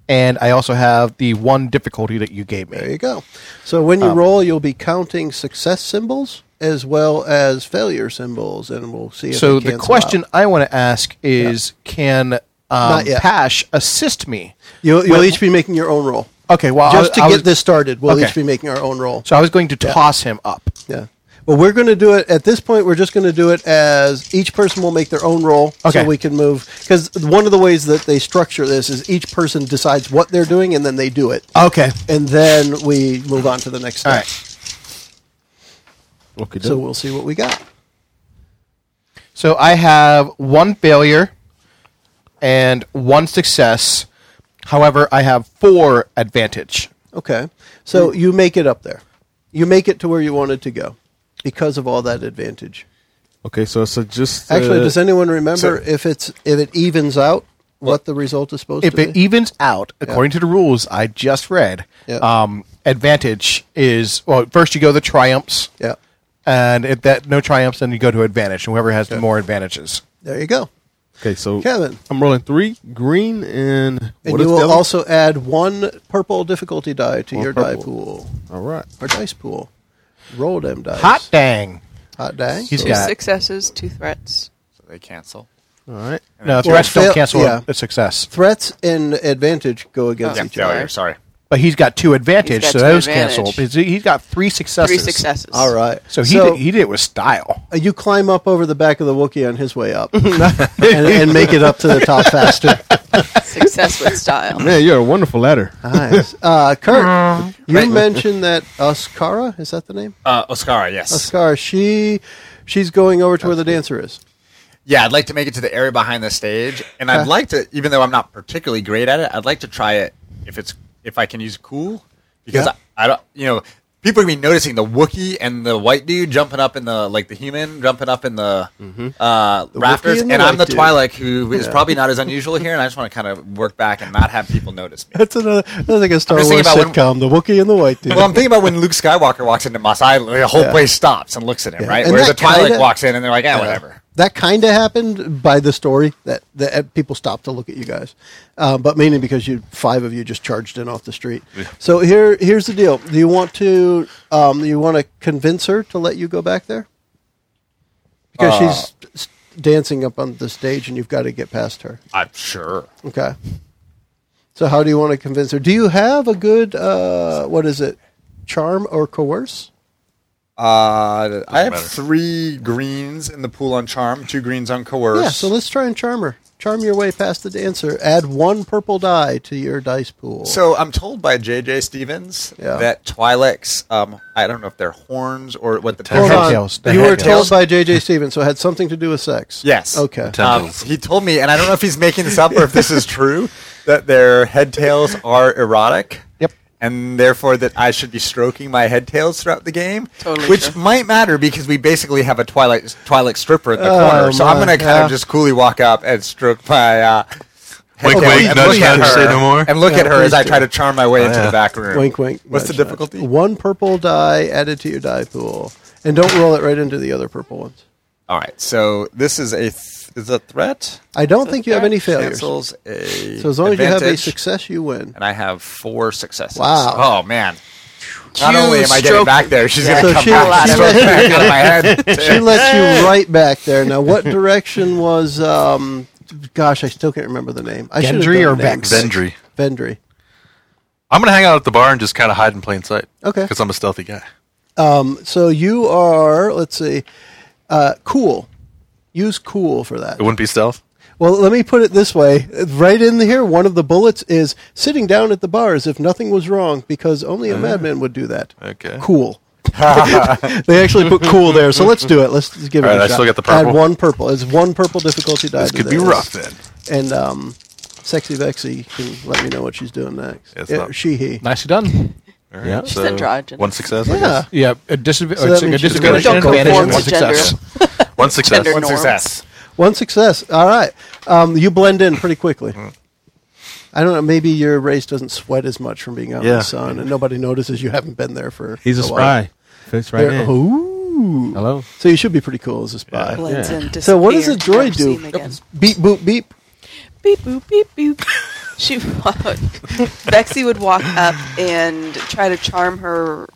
Speaker 3: and I also have the one difficulty that you gave
Speaker 2: There
Speaker 3: me.
Speaker 2: you go. So when
Speaker 3: Um,
Speaker 2: you roll, you'll be counting success symbols as well as failure symbols, and we'll see. If
Speaker 3: so
Speaker 2: they
Speaker 3: the
Speaker 2: cancel
Speaker 3: question
Speaker 2: out.
Speaker 3: I want to ask is, can um,
Speaker 2: Not yet.
Speaker 3: Pash assist me?
Speaker 2: you'll, you'll
Speaker 3: Well-
Speaker 2: each be making your own roll.
Speaker 3: Okay, well,
Speaker 2: just
Speaker 3: I,
Speaker 2: to
Speaker 3: I
Speaker 2: get
Speaker 3: was-
Speaker 2: this started, we'll
Speaker 3: Okay.
Speaker 2: each be making our own roll.
Speaker 3: So I was going to toss him up.
Speaker 2: Yeah. Well, we're going to do it at this point. We're just going to do it as each person will make their own roll,
Speaker 3: Okay.
Speaker 2: so we can move. Because one of the ways that they structure this is each person decides what they're doing, and then they do it,
Speaker 3: Okay.
Speaker 2: and then we move on to the next step.
Speaker 3: All right.
Speaker 6: Okay,
Speaker 2: So we'll see what we got.
Speaker 3: So I have one failure and one success. However, I have four advantage.
Speaker 2: Okay. So you make it up there. You make it to where you wanted to go because of all that advantage.
Speaker 6: okay, so so just uh,
Speaker 2: Actually, does anyone remember
Speaker 4: so-
Speaker 2: if it's if it evens out what the result is supposed
Speaker 3: If
Speaker 2: to
Speaker 3: it
Speaker 2: be?
Speaker 3: evens out, according to the rules I just read,
Speaker 2: Yeah.
Speaker 3: um, advantage is well. First, you go the triumphs,
Speaker 2: yeah.
Speaker 3: and if that no triumphs, then you go to advantage. and Whoever has the more advantages.
Speaker 2: There you go.
Speaker 6: okay, so
Speaker 2: Kevin.
Speaker 6: I'm rolling three green and
Speaker 2: And
Speaker 6: what
Speaker 2: you
Speaker 6: is the
Speaker 2: will
Speaker 6: other-
Speaker 2: also add one purple difficulty die to your die
Speaker 6: purple.
Speaker 2: pool
Speaker 6: all right.
Speaker 2: or dice pool. Roll them dice.
Speaker 3: Hot dang!
Speaker 2: Hot dang.
Speaker 3: He's
Speaker 5: Two
Speaker 3: got
Speaker 5: successes, two threats.
Speaker 7: So they cancel.
Speaker 6: All right.
Speaker 3: no
Speaker 2: Well,
Speaker 3: threats
Speaker 2: fail-
Speaker 3: don't cancel
Speaker 2: yeah.
Speaker 3: a success,
Speaker 2: Threats and advantage go against
Speaker 7: Yeah,
Speaker 2: each other.
Speaker 7: failure. Sorry.
Speaker 3: but he's got two advantage,
Speaker 5: got
Speaker 3: so
Speaker 5: two
Speaker 3: those
Speaker 5: advantage.
Speaker 3: cancel. He's- He's got three successes.
Speaker 5: Three successes.
Speaker 2: All right.
Speaker 3: So he did, he did it with style.
Speaker 2: Uh, you climb up over the back of the Wookiee on his way up and, and make it up to the top faster.
Speaker 5: Success with style.
Speaker 6: Man, you're a wonderful ladder.
Speaker 2: Nice. Uh, Kurt, you mentioned that Oscara, is that the name?
Speaker 7: Uh, Oscara, yes.
Speaker 2: Oscara, she she's going over to where the dancer is.
Speaker 7: Yeah, I'd like to make it to the area behind the stage, and I'd like to, even though I'm not particularly great at it, I'd like to try it if it's if I can use cool because
Speaker 2: Yeah.
Speaker 7: I, I don't, you know, people are gonna be noticing the Wookiee and the white dude jumping up in the like the human jumping up in the, uh, rafters,
Speaker 2: and Mm-hmm.
Speaker 7: and,
Speaker 2: the
Speaker 7: I'm the
Speaker 2: white dude.
Speaker 7: Twi'lek who is probably not as unusual here, and I just want to kind of work back and not have people notice me.
Speaker 2: That's another, that's like a Star
Speaker 7: I'm just
Speaker 2: Wars
Speaker 7: thinking about
Speaker 2: sitcom, the Wookiee and the White Dude.
Speaker 7: Well, I'm thinking about when Luke Skywalker walks into Mos Eisley, the whole place stops and looks at him,
Speaker 2: Yeah,
Speaker 7: right?
Speaker 2: and
Speaker 7: Whereas the
Speaker 2: that
Speaker 7: Twi'lek
Speaker 2: kinda-
Speaker 7: walks in, and they're like, "Ah, whatever."
Speaker 2: that kind of happened by the story that, that uh, people stopped to look at you guys, uh, but mainly because you five of you just charged in off the street. So here, here's the deal. Do you want to um, you want to convince her to let you go back there because she's s- dancing up on the stage and you've got to get past her.
Speaker 7: I'm sure.
Speaker 2: Okay. So how do you want to convince her? Do you have a good uh, what is it, charm or coerce?
Speaker 7: Uh, I have
Speaker 8: matter.
Speaker 7: three greens in the pool on charm, two greens on coerce.
Speaker 2: Yeah, so let's try and charm her. Charm your way past the dancer. Add one purple die to your dice pool.
Speaker 7: So I'm told by JJ Stevens
Speaker 2: Yeah.
Speaker 7: that Twi'leks, um, I don't know if they're horns or what the
Speaker 2: Hold
Speaker 3: Head
Speaker 2: on.
Speaker 3: tails, the
Speaker 2: You
Speaker 3: head
Speaker 2: were told
Speaker 3: tails.
Speaker 2: by J.J. Stevens, so it had something to do with sex.
Speaker 7: Yes.
Speaker 2: Okay.
Speaker 7: Um,
Speaker 8: Tentacles.
Speaker 7: he told me, and I don't know if he's making this up or if this is true, that their head tails are erotic.
Speaker 3: Yep.
Speaker 7: And therefore, that I should be stroking my head tails throughout the game,
Speaker 5: Totally
Speaker 7: which
Speaker 5: true.
Speaker 7: might matter because we basically have a Twilight Twilight stripper at the
Speaker 2: Oh,
Speaker 7: corner. So I'm
Speaker 2: my,
Speaker 7: going to kind
Speaker 2: yeah.
Speaker 7: of just coolly walk up and stroke my uh, head
Speaker 8: Wink,
Speaker 7: tails
Speaker 8: wink,
Speaker 7: and
Speaker 8: nudge,
Speaker 7: look at
Speaker 8: nudge, say
Speaker 7: her-
Speaker 8: no more. Oh,
Speaker 7: and look
Speaker 2: Yeah,
Speaker 7: at her as
Speaker 2: please
Speaker 7: I
Speaker 2: do.
Speaker 7: try to charm my way into
Speaker 8: yeah.
Speaker 7: the back room.
Speaker 2: Wink, wink.
Speaker 7: What's the
Speaker 2: nudge, nudge.
Speaker 7: difficulty?
Speaker 2: One purple die added to your die pool, and don't roll it right into the other purple ones.
Speaker 7: All right, so this is a th- is a threat.
Speaker 2: I don't think you have any failures. So
Speaker 7: Cancels a
Speaker 2: as long as you have a
Speaker 7: advantage,
Speaker 2: success, you win.
Speaker 7: and I have four successes.
Speaker 2: Wow.
Speaker 7: Oh man! Not only am I getting
Speaker 5: stroke-
Speaker 7: back there, she's gonna
Speaker 2: So
Speaker 7: come
Speaker 2: she-
Speaker 7: back,
Speaker 2: she
Speaker 7: and stroke
Speaker 2: lets
Speaker 7: back out of my head.
Speaker 2: She lets you right back there. Now, what direction was? Um, gosh, I still can't remember the name. I should have
Speaker 3: Gendry
Speaker 2: done
Speaker 3: or
Speaker 2: the name.
Speaker 3: Vex?
Speaker 8: Vendry.
Speaker 2: Vendry.
Speaker 8: I'm gonna hang out at the bar and just kind of hide in plain sight.
Speaker 2: Okay.
Speaker 8: Because I'm a stealthy guy.
Speaker 2: So you are, let's see, uh, cool. Use cool for that.
Speaker 8: It wouldn't be stealth.
Speaker 2: Well, let me put it this way. Right in here, one of the bullets is sitting down at the bar as if nothing was wrong because only a madman would do that.
Speaker 8: Mm-hmm. Okay.
Speaker 2: Cool. they actually put cool there, so let's do it. Let's just give it
Speaker 8: All right,
Speaker 2: a
Speaker 8: I
Speaker 2: shot.
Speaker 8: still get the purple?
Speaker 2: Add one purple. It's one purple difficulty die.
Speaker 8: This
Speaker 2: to
Speaker 8: could be rough then.
Speaker 2: And um, Sexy Vexy can let me know what she's doing next.
Speaker 8: It's
Speaker 2: Yeah,
Speaker 8: not-
Speaker 2: she, he.
Speaker 3: Nicely done.
Speaker 8: All right,
Speaker 6: Yeah.
Speaker 5: She's androgynous.
Speaker 8: one success. I
Speaker 2: Yeah.
Speaker 8: guess.
Speaker 3: Yeah, a, disadv-
Speaker 2: So that
Speaker 3: it's a
Speaker 2: means she's
Speaker 3: disadvantage,
Speaker 5: gonna
Speaker 3: and
Speaker 5: go
Speaker 3: advantage,
Speaker 5: for
Speaker 3: and one
Speaker 5: it.
Speaker 3: success.
Speaker 8: One success.
Speaker 5: Gender
Speaker 7: One
Speaker 5: norms.
Speaker 7: success.
Speaker 2: One success. All right. Um, you blend in pretty quickly. I don't know. Maybe your race doesn't sweat as much from being out in
Speaker 8: Yeah.
Speaker 2: the sun, and nobody notices you haven't been there for.
Speaker 6: He's a
Speaker 2: while.
Speaker 6: spy. Fits right
Speaker 2: There-
Speaker 6: in.
Speaker 2: Ooh.
Speaker 6: Hello.
Speaker 2: So you should be pretty cool as a spy.
Speaker 5: Blends in,
Speaker 2: So what does a
Speaker 5: disappears.
Speaker 2: droid
Speaker 5: Never see him
Speaker 2: do?
Speaker 5: again.
Speaker 2: Beep boop beep.
Speaker 5: Beep boop beep boop. She would. Vexy would walk up and try to charm her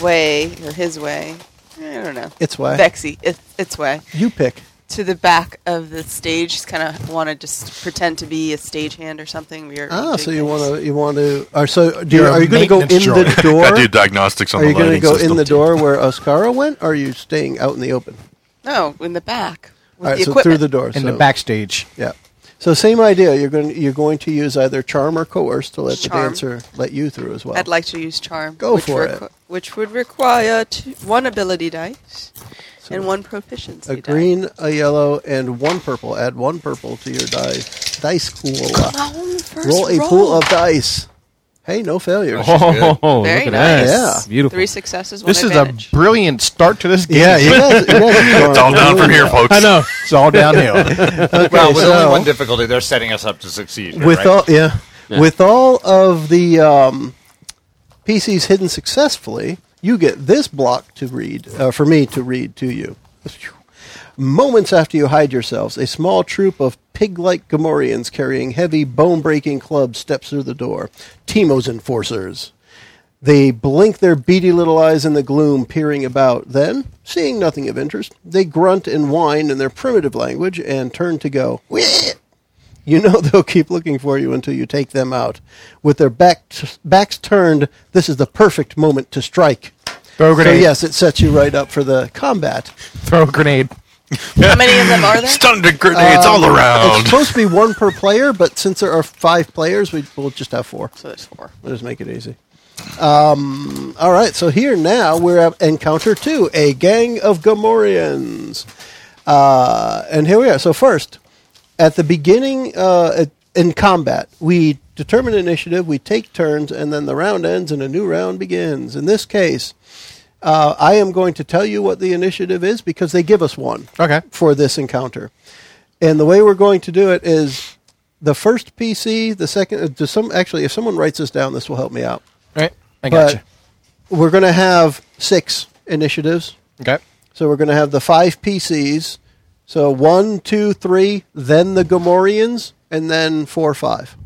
Speaker 5: way or his way. I don't know.
Speaker 2: Its way.
Speaker 5: Vexy, it, its way
Speaker 2: You pick.
Speaker 5: to the back of the stage. She's kind of wanted to s- pretend to be a stagehand or something. We were
Speaker 2: Ah,
Speaker 5: doing
Speaker 2: so you
Speaker 5: things.
Speaker 2: want to you want to? Or so do you,
Speaker 9: You're a
Speaker 2: are you going to go in
Speaker 9: maintenance droid.
Speaker 2: the door?
Speaker 8: I do diagnostics on
Speaker 2: are you
Speaker 8: the
Speaker 2: going to
Speaker 8: lighting
Speaker 2: go
Speaker 8: system.
Speaker 2: in the door where Oscara went? Or are you staying out in the open?
Speaker 5: No, in the back with
Speaker 2: All right,
Speaker 5: the
Speaker 2: so
Speaker 5: equipment.
Speaker 2: through the door.
Speaker 3: in
Speaker 2: so,
Speaker 3: the backstage.
Speaker 2: Yeah. So same idea. You're going you're going to use either charm or coerce to let
Speaker 5: Charm.
Speaker 2: the dancer let you through as well.
Speaker 5: I'd like to use charm.
Speaker 2: Go
Speaker 5: which
Speaker 2: for
Speaker 5: requ- Which would require two, one ability dice
Speaker 2: So
Speaker 5: and one proficiency
Speaker 2: a
Speaker 5: dice.
Speaker 2: green, a yellow, and one purple. Add one purple to your dice. Dice pool.
Speaker 5: No, first
Speaker 2: Roll a pool of dice. Hey, no failures.
Speaker 9: Oh,
Speaker 5: Very
Speaker 9: look at
Speaker 5: nice.
Speaker 2: that.
Speaker 9: that. Beautiful.
Speaker 5: Three successes, one
Speaker 3: This is a
Speaker 5: advantage.
Speaker 3: brilliant start to this game.
Speaker 2: Yeah, you guys, you guys are
Speaker 8: It's all
Speaker 2: going
Speaker 8: down from
Speaker 2: really
Speaker 8: here, folks.
Speaker 9: I know.
Speaker 3: It's all downhill.
Speaker 7: well, with
Speaker 2: so-
Speaker 7: only one difficulty, they're setting us up to succeed. here,
Speaker 2: with
Speaker 7: right?
Speaker 2: all yeah. with all of the um, PCs hidden successfully, you get this block to read uh, for me to read to you. Moments after you hide yourselves, a small troop of pig-like Gamorreans carrying heavy bone-breaking clubs steps through the door. Timo's enforcers. They blink their beady little eyes in the gloom, peering about. Then, seeing nothing of interest, they grunt and whine in their primitive language and turn to go. "Wheat!" You know they'll keep looking for you until you take them out. With their back backs turned, this is the perfect moment to strike.
Speaker 3: Throw
Speaker 2: So
Speaker 3: a grenade.
Speaker 2: yes, it sets you right up for the combat.
Speaker 3: Throw a grenade.
Speaker 5: How many of them are there?
Speaker 8: Thunder grenades all
Speaker 2: Um, It's
Speaker 8: around.
Speaker 2: supposed to be one per player, but since there are five players, we, we'll just have four.
Speaker 5: So there's four.
Speaker 2: We'll just make it easy. Um, all right, so here now we're at Encounter 2, a gang of Gamorreans. Uh, and here we are. So, first, at the beginning uh, at, in combat, we determine initiative, we take turns, and then the round ends and a new round begins. In this case, uh, I am going to tell you what the initiative is because they give us one
Speaker 3: Okay.
Speaker 2: for this encounter. And the way we're going to do it is the first PC, the second. uh, Does some actually? If someone writes this down, this will help me out.
Speaker 3: All right. I got you.
Speaker 2: we're going to have six initiatives.
Speaker 3: Okay.
Speaker 2: So we're going to have the five PCs. So one, two, three, then the Gomorians, and then four, five.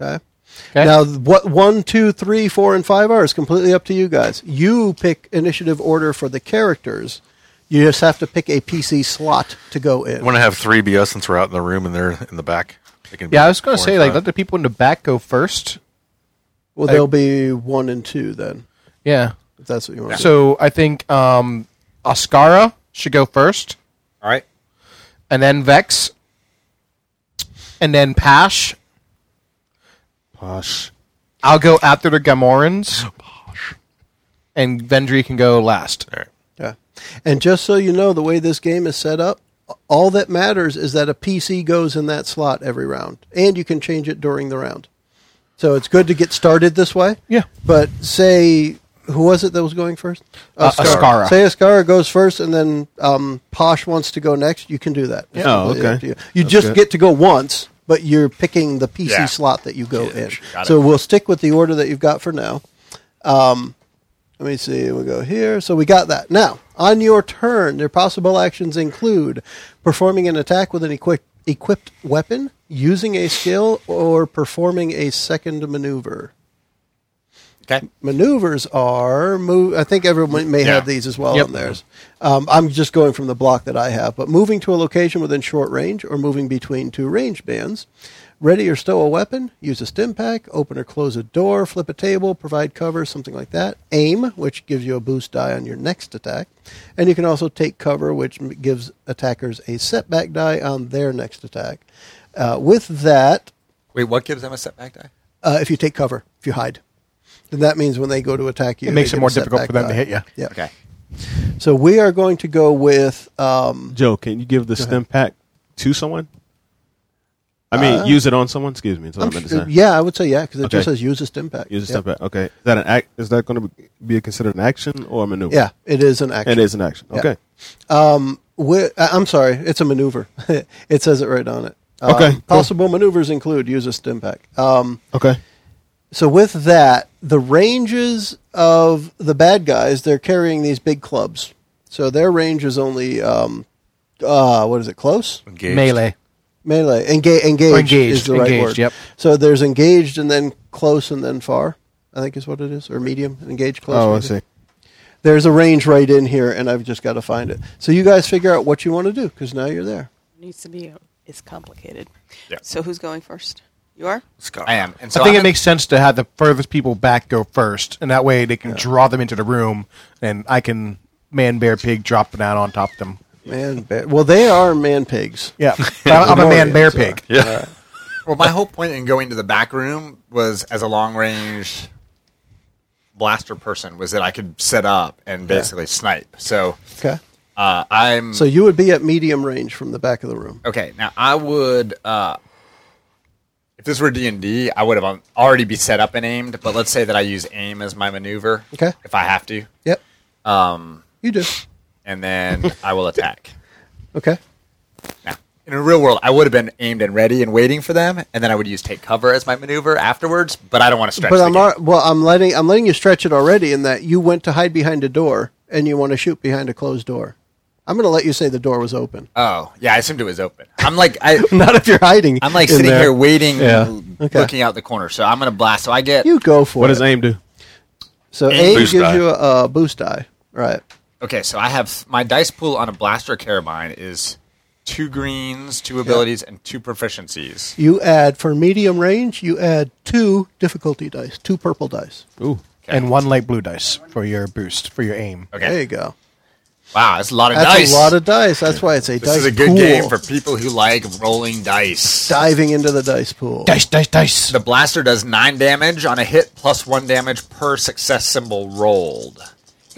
Speaker 2: Okay.
Speaker 3: Okay.
Speaker 2: Now, th- what one, two, three, four, and five are is completely up to you guys. You pick initiative order for the characters. You just have to pick a PC slot to go in.
Speaker 8: I want to have three be us since we're out in the room and they're in the back. They can be
Speaker 3: Yeah, I was going to
Speaker 8: four
Speaker 3: say,
Speaker 8: and
Speaker 3: like,
Speaker 8: five.
Speaker 3: let the people in the back go first.
Speaker 2: Well, there'll be one and two then,
Speaker 3: Yeah.
Speaker 2: if that's what you want. to do.
Speaker 3: So I think um, Oscara should go first,
Speaker 7: all right.
Speaker 3: and then Vex, and then Pash.
Speaker 6: Posh.
Speaker 3: I'll go after the Gamorans, and Vendry can go last.
Speaker 2: Yeah. And just so you know, the way this game is set up, all that matters is that a PC goes in that slot every round, and you can change it during the round. So it's good to get started this way.
Speaker 3: Yeah.
Speaker 2: But say, who was it that was going first?
Speaker 3: Uh, Ascara.
Speaker 2: Say Ascara goes first, and then um, Posh wants to go next. You can do that. It's
Speaker 6: Oh,
Speaker 2: completely
Speaker 6: okay.
Speaker 2: up to You, You just
Speaker 6: good.
Speaker 2: get to go once, but you're picking the PC
Speaker 7: Yeah.
Speaker 2: slot that you go in.
Speaker 7: Got
Speaker 2: So
Speaker 7: it.
Speaker 2: we'll stick with the order that you've got for now. Um, Let me see. We go here. So we got that. Now, on your turn, your possible actions include performing an attack with an equip- equipped weapon, using a skill, or performing a second maneuver.
Speaker 7: Okay.
Speaker 2: Maneuvers are move. I think everyone may have
Speaker 7: Yeah.
Speaker 2: these as well
Speaker 3: Yep.
Speaker 2: on theirs. Um, I'm just going from the block that I have, but moving to a location within short range or moving between two range bands. Ready or stow a weapon, use a stim pack, open or close a door, flip a table, provide cover, something like that. Aim, which gives you a boost die on your next attack. And you can also take cover, which m- gives attackers a setback die on their next attack. Uh, with that,
Speaker 7: Wait, what gives them a setback die?
Speaker 2: uh, if you take cover, if you hide. Then that means when they go to attack you,
Speaker 3: It makes
Speaker 2: they
Speaker 3: it
Speaker 2: get
Speaker 3: more
Speaker 2: a
Speaker 3: difficult for
Speaker 2: setback
Speaker 3: them
Speaker 2: die.
Speaker 3: to hit you.
Speaker 2: Yeah.
Speaker 7: Okay.
Speaker 2: So we are going to go with um,
Speaker 6: Joe, can you give the stem pack to someone? I mean, use it on someone. Excuse me. That's what I
Speaker 2: Uh, I'm
Speaker 6: meant to
Speaker 2: sure-
Speaker 6: say.
Speaker 2: uh, yeah, I would say yeah because it
Speaker 6: Okay.
Speaker 2: just says use a stim pack.
Speaker 6: Use the
Speaker 2: Yep.
Speaker 6: stem pack. Okay. Is that an act? Is that going to be considered an action or a maneuver?
Speaker 2: Yeah, it is an action.
Speaker 6: It is an action.
Speaker 2: Yeah.
Speaker 6: Okay.
Speaker 2: Wi- I- I'm sorry, it's a maneuver. it says it right on it. Um,
Speaker 6: Okay, cool.
Speaker 2: Possible maneuvers include use a stim pack. Um,
Speaker 6: Okay.
Speaker 2: so with that, the ranges of the bad guys, they're carrying these big clubs. So their range is only um, uh, what is it? Close?
Speaker 8: Engaged.
Speaker 3: Melee.
Speaker 2: Melee. Enga- engaged,
Speaker 3: engaged,
Speaker 2: is the right
Speaker 3: engaged,
Speaker 2: word.
Speaker 3: yep.
Speaker 2: So there's engaged and then close and then far, I think is what it is, or medium. Engaged, close.
Speaker 6: Oh, I
Speaker 2: medium.
Speaker 6: see.
Speaker 2: There's a range right in here, and I've just got to find it. So you guys figure out what you want to do because now you're there.
Speaker 5: Needs to be it's complicated.
Speaker 7: Yeah.
Speaker 5: So who's going first? You are.
Speaker 7: I am. And so
Speaker 3: I think
Speaker 7: I'm
Speaker 3: it
Speaker 7: in-
Speaker 3: makes sense to have the furthest people back go first, and that way they can draw them into the room, and I can man, bear, pig drop down on top of them.
Speaker 2: Man, bear. well, they are man pigs.
Speaker 3: Yeah, I'm, I'm a man, bear, pig.
Speaker 8: Yeah.
Speaker 7: Well, my whole point in going to the back room was as a long range blaster person was that I could set up and basically snipe. So
Speaker 2: Okay.
Speaker 7: uh, I'm
Speaker 2: So you would be at medium range from the back of the room.
Speaker 7: okay. Now I would, uh, if this were D and D, I would have already be set up and aimed. But let's say that I use aim as my maneuver.
Speaker 2: Okay.
Speaker 7: If I have to,
Speaker 2: Yep. Um, you do.
Speaker 7: and then I will attack.
Speaker 2: Okay.
Speaker 7: Now, in a real world, I would have been aimed and ready and waiting for them, and then I would use take cover as my maneuver afterwards. But I don't want to stretch.
Speaker 2: But
Speaker 7: the
Speaker 2: I'm
Speaker 7: game.
Speaker 2: al- well. I'm letting I'm letting you stretch it already in that you went to hide behind a door and you want to shoot behind a closed door. I'm going to let you say the door was open.
Speaker 7: Oh, yeah, I assumed it was open. I'm like, I,
Speaker 2: Not if you're hiding.
Speaker 7: I'm like
Speaker 2: in
Speaker 7: sitting
Speaker 2: there.
Speaker 7: here waiting,
Speaker 2: Okay.
Speaker 7: looking out the corner. So I'm gonna blast. So I get
Speaker 2: You go for
Speaker 6: What
Speaker 2: it.
Speaker 6: does aim do?
Speaker 2: So
Speaker 7: And
Speaker 2: aim
Speaker 8: boost
Speaker 2: gives
Speaker 8: die.
Speaker 2: you a, a boost die, right?
Speaker 7: okay. So I have my dice pool on a blaster carabine is two greens, two abilities, and two proficiencies.
Speaker 2: You add for medium range. You add two difficulty dice, two purple dice.
Speaker 6: Ooh.
Speaker 3: And one light blue dice for your boost for your aim.
Speaker 7: Okay,
Speaker 2: There you go.
Speaker 7: wow, that's a lot of
Speaker 2: That's
Speaker 7: dice.
Speaker 2: a lot of dice. That's why it's a
Speaker 7: this
Speaker 2: dice
Speaker 7: is a good
Speaker 2: pool.
Speaker 7: game for people who like rolling dice.
Speaker 2: diving into the dice pool.
Speaker 3: Dice, dice, dice.
Speaker 7: The blaster does nine damage on a hit, plus one damage per success symbol rolled.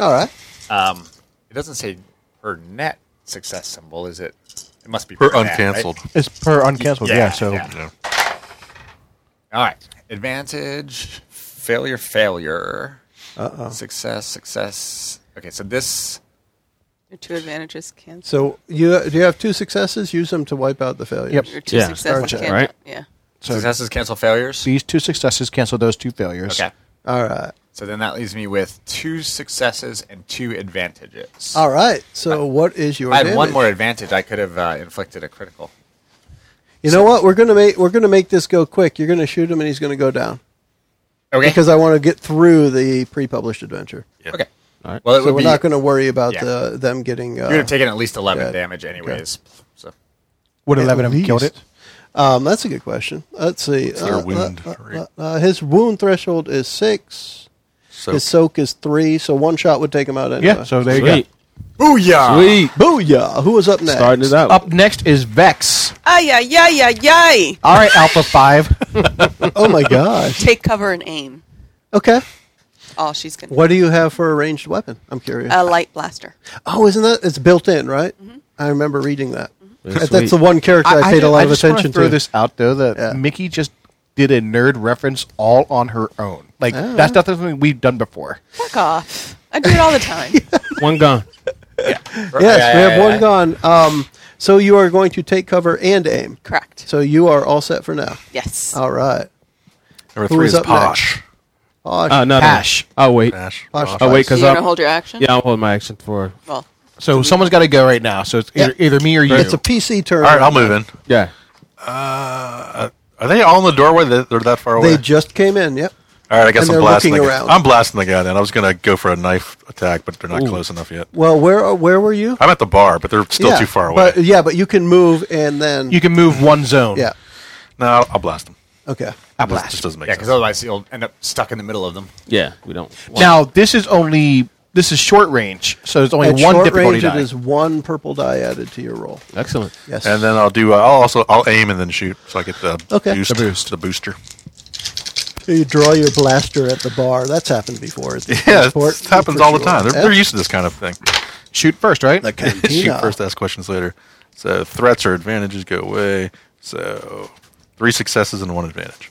Speaker 2: All right.
Speaker 7: Um, it doesn't say per net success symbol, is it? It must be per,
Speaker 8: We're
Speaker 7: net, right?
Speaker 8: uncancelled.
Speaker 3: It's per uncancelled. Yeah,
Speaker 7: Yeah,
Speaker 3: so
Speaker 7: yeah. All right. Advantage, failure, failure. Uh-oh. Success, success. Okay, so this.
Speaker 5: Your two advantages cancel.
Speaker 2: So you do you have two successes? Use them to wipe out the failures.
Speaker 3: Yep.
Speaker 5: Your two
Speaker 6: Yeah,
Speaker 5: successes
Speaker 2: start it,
Speaker 5: cancel.
Speaker 6: right?
Speaker 5: Yeah.
Speaker 7: successes cancel failures?
Speaker 3: these two successes cancel those two failures.
Speaker 7: Okay.
Speaker 2: All right.
Speaker 7: So then that leaves me with two successes and two advantages.
Speaker 2: All right. So what is your?
Speaker 7: If I had one
Speaker 2: damage?
Speaker 7: more advantage, I could have uh, inflicted a critical.
Speaker 2: You know what? We're gonna make we're gonna make this go quick. You're gonna shoot him, and he's gonna go down
Speaker 7: Okay.
Speaker 2: because I want to get through the pre-published adventure.
Speaker 7: okay. Well, it
Speaker 2: So
Speaker 7: would
Speaker 2: we're
Speaker 7: be,
Speaker 2: not going to worry about
Speaker 7: yeah.
Speaker 2: the them getting. Uh,
Speaker 7: You would have taken at least 11
Speaker 2: Yeah.
Speaker 7: damage, anyways. So.
Speaker 3: Would
Speaker 2: At
Speaker 3: eleven have killed
Speaker 2: least.
Speaker 3: it?
Speaker 2: um, that's a good question. Let's see.
Speaker 8: their
Speaker 2: Uh,
Speaker 8: wound
Speaker 2: uh, uh,
Speaker 8: rate?
Speaker 2: uh, his wound threshold is six.
Speaker 8: So
Speaker 2: His soak is three. So one shot would take him out anyway.
Speaker 3: Yeah. So there you
Speaker 6: Sweet.
Speaker 7: Booyah!
Speaker 6: Sweet.
Speaker 2: booyah! Who was up next?
Speaker 6: Starting it
Speaker 3: go.
Speaker 6: out.
Speaker 3: Up next is Vex.
Speaker 5: Ay ay ay ay ay!
Speaker 3: All right, Alpha Five.
Speaker 2: Oh my gosh.
Speaker 5: Take cover and aim.
Speaker 2: Okay.
Speaker 5: All she's gonna.
Speaker 2: What do you have for a ranged weapon? I'm curious.
Speaker 3: Uh,
Speaker 5: A light blaster.
Speaker 2: oh, isn't that it's built in, right? I remember reading that. That-
Speaker 6: Mm-hmm. sweet.
Speaker 2: That's the one character I, paid a
Speaker 3: ju-
Speaker 2: lot
Speaker 3: Mm-hmm. I
Speaker 2: of
Speaker 3: just wanna
Speaker 2: attention
Speaker 3: throw
Speaker 2: to.
Speaker 3: this out though that
Speaker 2: Yeah.
Speaker 3: Mickey just did a nerd reference all on her own. Like
Speaker 2: Oh.
Speaker 3: that's not something we've done before.
Speaker 5: Fuck off! I do it all the time.
Speaker 6: One gun.
Speaker 2: Yes,
Speaker 7: Yeah,
Speaker 2: we
Speaker 7: yeah,
Speaker 2: have
Speaker 7: yeah,
Speaker 2: one
Speaker 7: yeah.
Speaker 2: gone. Um, so you are going to take cover and aim.
Speaker 5: Correct.
Speaker 2: So you are all set for now.
Speaker 5: yes.
Speaker 2: All right.
Speaker 8: number
Speaker 2: who
Speaker 8: three
Speaker 2: is
Speaker 8: is
Speaker 2: up next?
Speaker 8: Posh.
Speaker 2: Oh,
Speaker 6: Uh, no,
Speaker 3: Pash.
Speaker 6: No. I'll wait.
Speaker 8: Posh.
Speaker 2: Posh.
Speaker 6: I'll wait
Speaker 5: So
Speaker 6: because
Speaker 5: you're gonna
Speaker 6: I'm.
Speaker 5: hold your action.
Speaker 6: Yeah, I'll hold my action for.
Speaker 5: Well,
Speaker 3: So someone's got to go right now. So it's either,
Speaker 2: Yeah.
Speaker 3: either me or you.
Speaker 2: it's a PC turn.
Speaker 8: All right, I'll move in.
Speaker 6: Yeah.
Speaker 8: Are they all in the doorway? They- They're that far away.
Speaker 2: They just came in. Yep.
Speaker 8: all right, I
Speaker 2: and
Speaker 8: guess
Speaker 2: they're
Speaker 8: I'm blasting.
Speaker 2: looking
Speaker 8: The guy.
Speaker 2: around.
Speaker 8: I'm blasting the guy. Then I was gonna go for a knife attack, but they're not close enough yet.
Speaker 2: Well, where are- where were you?
Speaker 8: I'm at the bar, but they're still
Speaker 2: Yeah,
Speaker 8: too far away.
Speaker 2: But yeah, but you can move and then
Speaker 3: you can move one zone.
Speaker 2: yeah.
Speaker 8: no, I'll, I'll blast them.
Speaker 2: Okay.
Speaker 3: I
Speaker 8: This
Speaker 3: blast.
Speaker 8: just doesn't make
Speaker 7: Yeah, because
Speaker 8: sense.
Speaker 7: otherwise you'll end up stuck in the middle of them.
Speaker 6: Yeah. We don't.
Speaker 3: Now this is only this is short range, so it's only
Speaker 2: At
Speaker 3: one
Speaker 2: short
Speaker 3: difficulty
Speaker 2: range,
Speaker 3: die.
Speaker 2: it is one purple die added to your roll.
Speaker 6: Excellent.
Speaker 2: Yes.
Speaker 8: And then I'll do. Uh, I'll also I'll aim and then shoot, so I get the
Speaker 2: Okay.
Speaker 8: boost,
Speaker 2: The
Speaker 8: the boost, the booster.
Speaker 2: you draw your blaster at the bar. That's happened before. At the
Speaker 8: Yeah, it
Speaker 2: airport,
Speaker 8: happens
Speaker 2: for
Speaker 8: all the
Speaker 2: sure.
Speaker 8: time. They're,
Speaker 2: Yeah.
Speaker 8: they're used to this kind of thing.
Speaker 3: Shoot first, right?
Speaker 2: The
Speaker 8: Shoot
Speaker 2: cantina.
Speaker 8: first, ask questions later. So threats or advantages go away. So three successes and one advantage.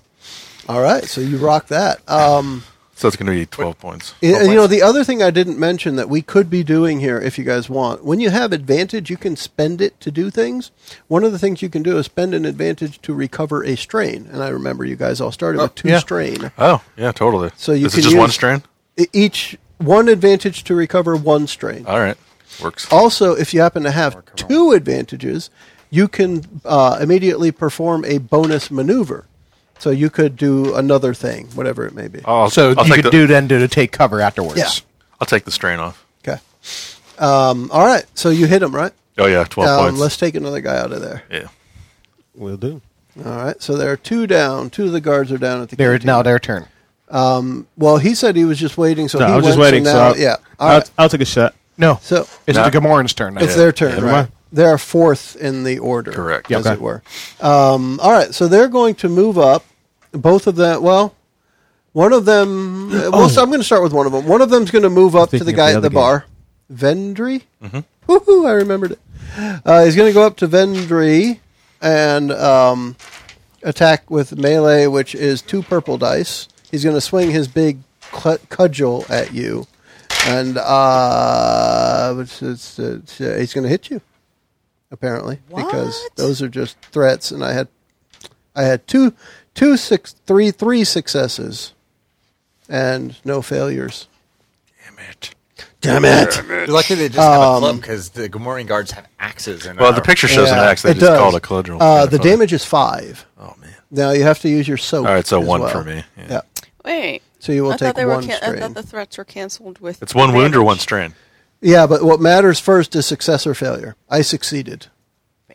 Speaker 2: All right, so you rock that. Um,
Speaker 8: So it's going to be twelve points. Oh,
Speaker 2: y-
Speaker 8: Well,
Speaker 2: you know, the other thing I didn't mention that we could be doing here, if you guys want, when you have advantage, you can spend it to do things. One of the things you can do is spend an advantage to recover a strain. And I remember you guys all started with two
Speaker 3: yeah.
Speaker 2: strain.
Speaker 8: Oh yeah, totally.
Speaker 2: So you
Speaker 8: is
Speaker 2: can
Speaker 8: it just one
Speaker 2: use-
Speaker 8: strand?
Speaker 2: E- Each one advantage
Speaker 8: Uh,
Speaker 2: to recover one strain.
Speaker 8: All right, works.
Speaker 2: Also, if you happen to have two advantages, you can uh, immediately perform a bonus maneuver. So you could do another thing, whatever it may be.
Speaker 8: I'll,
Speaker 3: so
Speaker 8: I'll
Speaker 3: you
Speaker 8: take
Speaker 3: could
Speaker 8: the,
Speaker 3: do then to, to take cover afterwards.
Speaker 2: Yeah.
Speaker 8: I'll take the strain off.
Speaker 2: Okay. Um, all right. So you hit him, right?
Speaker 8: Oh yeah, twelve
Speaker 2: Um,
Speaker 8: points.
Speaker 2: let's take another guy out of there.
Speaker 8: yeah,
Speaker 6: Will do.
Speaker 2: All right. So there are two down. Two of the guards are down at the.
Speaker 3: They're
Speaker 2: canteen.
Speaker 3: now their turn.
Speaker 2: Well, he said he was just waiting. So
Speaker 6: No,
Speaker 2: he
Speaker 6: I was just
Speaker 2: went,
Speaker 6: waiting.
Speaker 2: So
Speaker 6: So
Speaker 2: now,
Speaker 6: I'll,
Speaker 2: yeah. All
Speaker 6: I'll,
Speaker 2: right.
Speaker 6: I'll take a shot.
Speaker 3: No,
Speaker 2: So
Speaker 3: it's
Speaker 8: No.
Speaker 3: the Gamoran's turn. now.
Speaker 2: it's their turn.
Speaker 6: Never
Speaker 2: Right?
Speaker 6: mind.
Speaker 2: They're fourth in the order.
Speaker 8: Correct.
Speaker 2: As
Speaker 6: Okay.
Speaker 2: it were. Um, all right. So they're going to move up. Both of them. Well, one of them. uh, Well, so I'm going to start with one of them. One of them's going to move up to the
Speaker 6: thinking of
Speaker 2: guy
Speaker 6: the
Speaker 2: at the
Speaker 6: other game.
Speaker 2: bar, Vendry. Mm-hmm. Woohoo! I remembered it. Uh, he's going to go up to Vendry and um, attack with melee, which is two purple dice. He's going to swing his big cl- cudgel at you, and uh, it's, it's, it's, uh, he's going to hit you. Apparently, because
Speaker 5: What?
Speaker 2: those are just threats, and I had I had two, two six, three, three successes, and no failures.
Speaker 8: damn it.
Speaker 2: Damn it!
Speaker 7: You're lucky they just have a club
Speaker 2: Um,
Speaker 7: because the Gamorrean guards have axes. And uh,
Speaker 8: Well,
Speaker 7: are-
Speaker 8: the picture shows an
Speaker 2: Yeah,
Speaker 8: axe. They
Speaker 2: it
Speaker 8: just
Speaker 2: does.
Speaker 8: called a cladrille.
Speaker 2: Uh, the damage is five.
Speaker 8: Oh man.
Speaker 2: Now you have to use your soap.
Speaker 8: All right, so
Speaker 2: as
Speaker 8: one
Speaker 2: well.
Speaker 8: for me, yeah.
Speaker 2: Yeah.
Speaker 5: Wait.
Speaker 2: So you will
Speaker 5: I
Speaker 2: take
Speaker 5: thought they
Speaker 2: one
Speaker 5: were can- I
Speaker 2: strain.
Speaker 5: thought the threats were canceled with.
Speaker 8: It's one wound or one
Speaker 5: advantage.
Speaker 8: strain.
Speaker 2: Yeah, but what matters first is success or failure. I succeeded,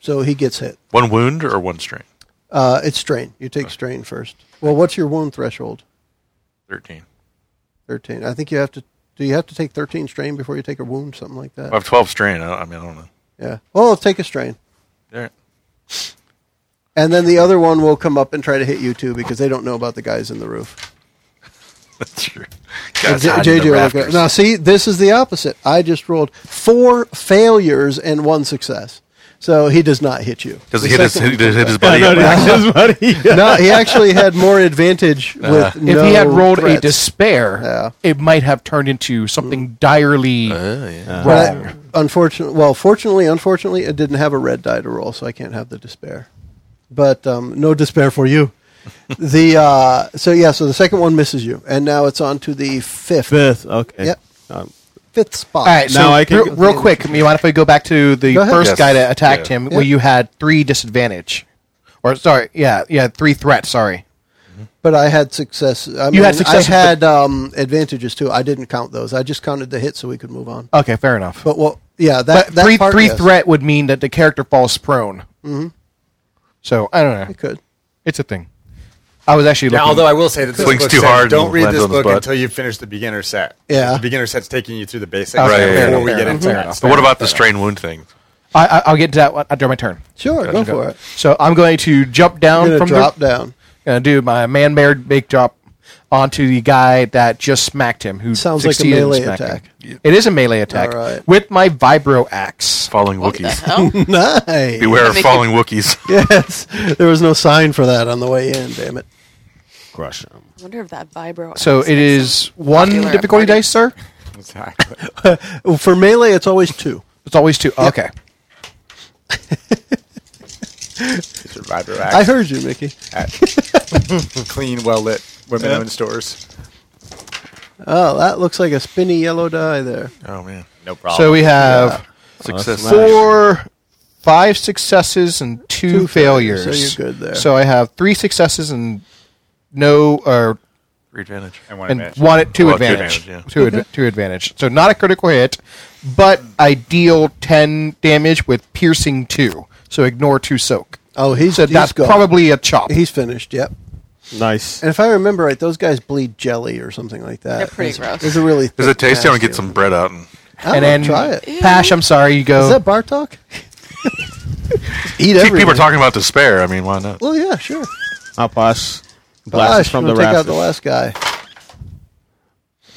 Speaker 2: so he gets hit.
Speaker 8: One wound or one strain.
Speaker 2: Uh, it's strain. You take strain first. Well, what's your wound threshold?
Speaker 8: Thirteen.
Speaker 2: Thirteen. I think you have to. Do you have to take thirteen strain before you take a wound? Something like that.
Speaker 8: I have twelve strain. I, don't- I mean, I don't know.
Speaker 2: Yeah. Well, I'll take a strain.
Speaker 8: All right.
Speaker 2: And then the other one will come up and try to hit you too because they don't know about the guys in the roof.
Speaker 8: That's true.
Speaker 2: And
Speaker 8: Guys,
Speaker 2: J-
Speaker 8: hide in the
Speaker 2: JJ will look
Speaker 8: rafters.
Speaker 2: at- now, see, this is the opposite. I just rolled four failures and one success. So he does not hit you.
Speaker 8: Does
Speaker 2: The
Speaker 8: he hit his,
Speaker 2: second
Speaker 8: hit,
Speaker 2: one
Speaker 8: hit his
Speaker 2: comes
Speaker 8: buddy? up?
Speaker 2: back. no, he actually had more advantage with
Speaker 3: If he had rolled
Speaker 2: dis-
Speaker 3: a despair,
Speaker 2: Yeah.
Speaker 3: it might have turned into something direly
Speaker 8: Oh, yeah.
Speaker 3: wrong.
Speaker 2: unfortunately, well, fortunately, unfortunately, it didn't have a red die to roll, so I can't have the despair. But um, no despair for you. the uh, so yeah, so the second one misses you, and now it's on to the fifth
Speaker 6: Fifth. Okay.
Speaker 2: Yep.
Speaker 6: Um,
Speaker 2: fifth spot.
Speaker 3: All right, so
Speaker 6: Now I can
Speaker 3: re-
Speaker 6: go
Speaker 3: real quick, you mind if I go back to the
Speaker 2: Go ahead.
Speaker 3: first
Speaker 8: Yes.
Speaker 3: guy that attacked
Speaker 8: Yeah.
Speaker 3: him, where you had three disadvantage, or sorry, yeah, yeah, three threats. Sorry,
Speaker 2: But I had success. I mean,
Speaker 3: You had success,
Speaker 2: I had um, advantages too. I didn't count those. I just counted the hit so we could move on.
Speaker 3: okay, fair enough.
Speaker 2: But well, yeah, that,
Speaker 3: But
Speaker 2: that
Speaker 3: three
Speaker 2: part,
Speaker 3: three
Speaker 2: yes,
Speaker 3: threat would mean that the character falls prone. Mm-hmm. So I don't know.
Speaker 2: I could.
Speaker 3: It's a thing. I was actually
Speaker 7: Now,
Speaker 3: looking.
Speaker 7: although I will say that this
Speaker 8: Swings
Speaker 7: book
Speaker 8: too
Speaker 7: says,
Speaker 8: hard
Speaker 7: don't
Speaker 8: and
Speaker 7: read
Speaker 8: lands
Speaker 7: this
Speaker 8: on his
Speaker 7: book
Speaker 8: butt.
Speaker 7: until you finish the beginner set.
Speaker 2: Yeah. Mm-hmm.
Speaker 7: The beginner set's taking you through the basics
Speaker 3: Right,
Speaker 8: yeah,
Speaker 7: before
Speaker 8: yeah,
Speaker 7: we
Speaker 3: yeah,
Speaker 7: get
Speaker 3: yeah,
Speaker 7: into
Speaker 3: fair
Speaker 7: that.
Speaker 3: enough.
Speaker 8: But what about the strain wound thing?
Speaker 3: I, I, I'll get to that one after my turn.
Speaker 2: Sure, go for it.
Speaker 3: So I'm going to jump
Speaker 2: I'm
Speaker 3: down
Speaker 2: gonna
Speaker 3: from
Speaker 2: drop
Speaker 3: the,
Speaker 2: down.
Speaker 3: Gonna do my man bear big drop onto the guy that just smacked him. Who
Speaker 2: Sounds like a
Speaker 3: succeeded in
Speaker 2: melee
Speaker 3: smacking.
Speaker 2: attack.
Speaker 3: It is a melee attack
Speaker 2: All right.
Speaker 3: with my vibro axe.
Speaker 8: Falling
Speaker 5: What the
Speaker 8: Wookiees.
Speaker 5: hell?
Speaker 2: Nice.
Speaker 8: Beware of
Speaker 5: oh, Make
Speaker 8: falling Wookiees.
Speaker 2: Yes, there was no sign for that on the way in. Damn it.
Speaker 6: crush him.
Speaker 5: I wonder if that vibro.
Speaker 3: So it is one
Speaker 5: Popular at
Speaker 3: difficulty
Speaker 5: party.
Speaker 3: dice, sir.
Speaker 7: Exactly.
Speaker 2: For melee, it's always two.
Speaker 3: It's always two. Okay.
Speaker 7: Survivor
Speaker 2: I
Speaker 7: act.
Speaker 2: heard you, Mickey.
Speaker 7: clean, well lit, women owned stores.
Speaker 2: Oh, that looks like a spinny yellow die there.
Speaker 8: Oh man.
Speaker 7: No problem.
Speaker 3: So we have
Speaker 8: Success.
Speaker 3: four, five successes and two,
Speaker 2: Two failures,
Speaker 3: failures.
Speaker 2: so you're good there.
Speaker 3: So I have three successes and no or
Speaker 8: Three advantage.
Speaker 7: and one
Speaker 3: and
Speaker 7: advantage.
Speaker 3: one at two
Speaker 8: Well, two
Speaker 3: advantage,
Speaker 8: advantage, yeah.
Speaker 3: two advantage, two advantage. So not a critical hit, but I deal ten damage with piercing two. So ignore two soak.
Speaker 2: Oh, he's,
Speaker 3: So
Speaker 2: he's
Speaker 3: that's
Speaker 2: gone.
Speaker 3: probably a chop.
Speaker 2: he's finished. Yep.
Speaker 6: Nice.
Speaker 2: And if I remember right, those guys bleed jelly or something like that.
Speaker 5: They're pretty
Speaker 2: It's-
Speaker 5: gross.
Speaker 2: It's a really.
Speaker 8: Is
Speaker 2: thick
Speaker 8: it tasty? I'm gonna
Speaker 2: nasty
Speaker 8: get some bread out and
Speaker 2: one. I
Speaker 3: and
Speaker 2: will
Speaker 3: then
Speaker 2: try it.
Speaker 3: Pash, I'm sorry, you
Speaker 6: Oh.
Speaker 3: go.
Speaker 2: Is that bar talk? Eat
Speaker 8: See,
Speaker 2: everything.
Speaker 8: people are talking about despair. I mean, why not?
Speaker 2: Well, yeah, sure.
Speaker 6: I'll pass.
Speaker 2: Gosh,
Speaker 6: Blast from
Speaker 2: we'll
Speaker 6: the
Speaker 2: take
Speaker 6: rafters.
Speaker 2: out the last guy.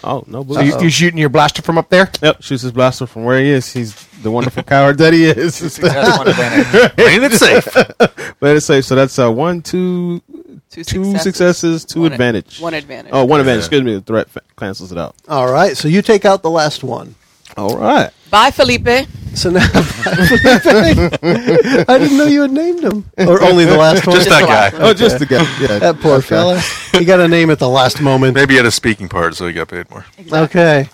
Speaker 6: Oh no!
Speaker 3: so
Speaker 6: booze.
Speaker 3: you, you shooting your blaster from up there?
Speaker 6: yep, shoots his blaster from where he is. He's the wonderful coward that he is.
Speaker 7: Success, one advantage.
Speaker 8: Ain't it safe?
Speaker 6: But it's safe. So that's uh, one, two,
Speaker 5: Two
Speaker 6: two
Speaker 5: successes.
Speaker 6: successes, two
Speaker 5: One ad-
Speaker 6: advantage.
Speaker 5: one advantage.
Speaker 6: Oh, one advantage. Excuse me. The threat fa- cancels it out.
Speaker 2: All right, so you take out the last one.
Speaker 6: All right.
Speaker 5: Bye, Felipe.
Speaker 2: So now, I didn't know you had named him, or only the last one.
Speaker 8: Just that
Speaker 5: the last
Speaker 8: guy.
Speaker 5: one.
Speaker 6: Oh, just to get yeah.
Speaker 2: that poor fella. He got a name at the last moment.
Speaker 8: Maybe he had a speaking part, so he got paid more.
Speaker 2: Okay.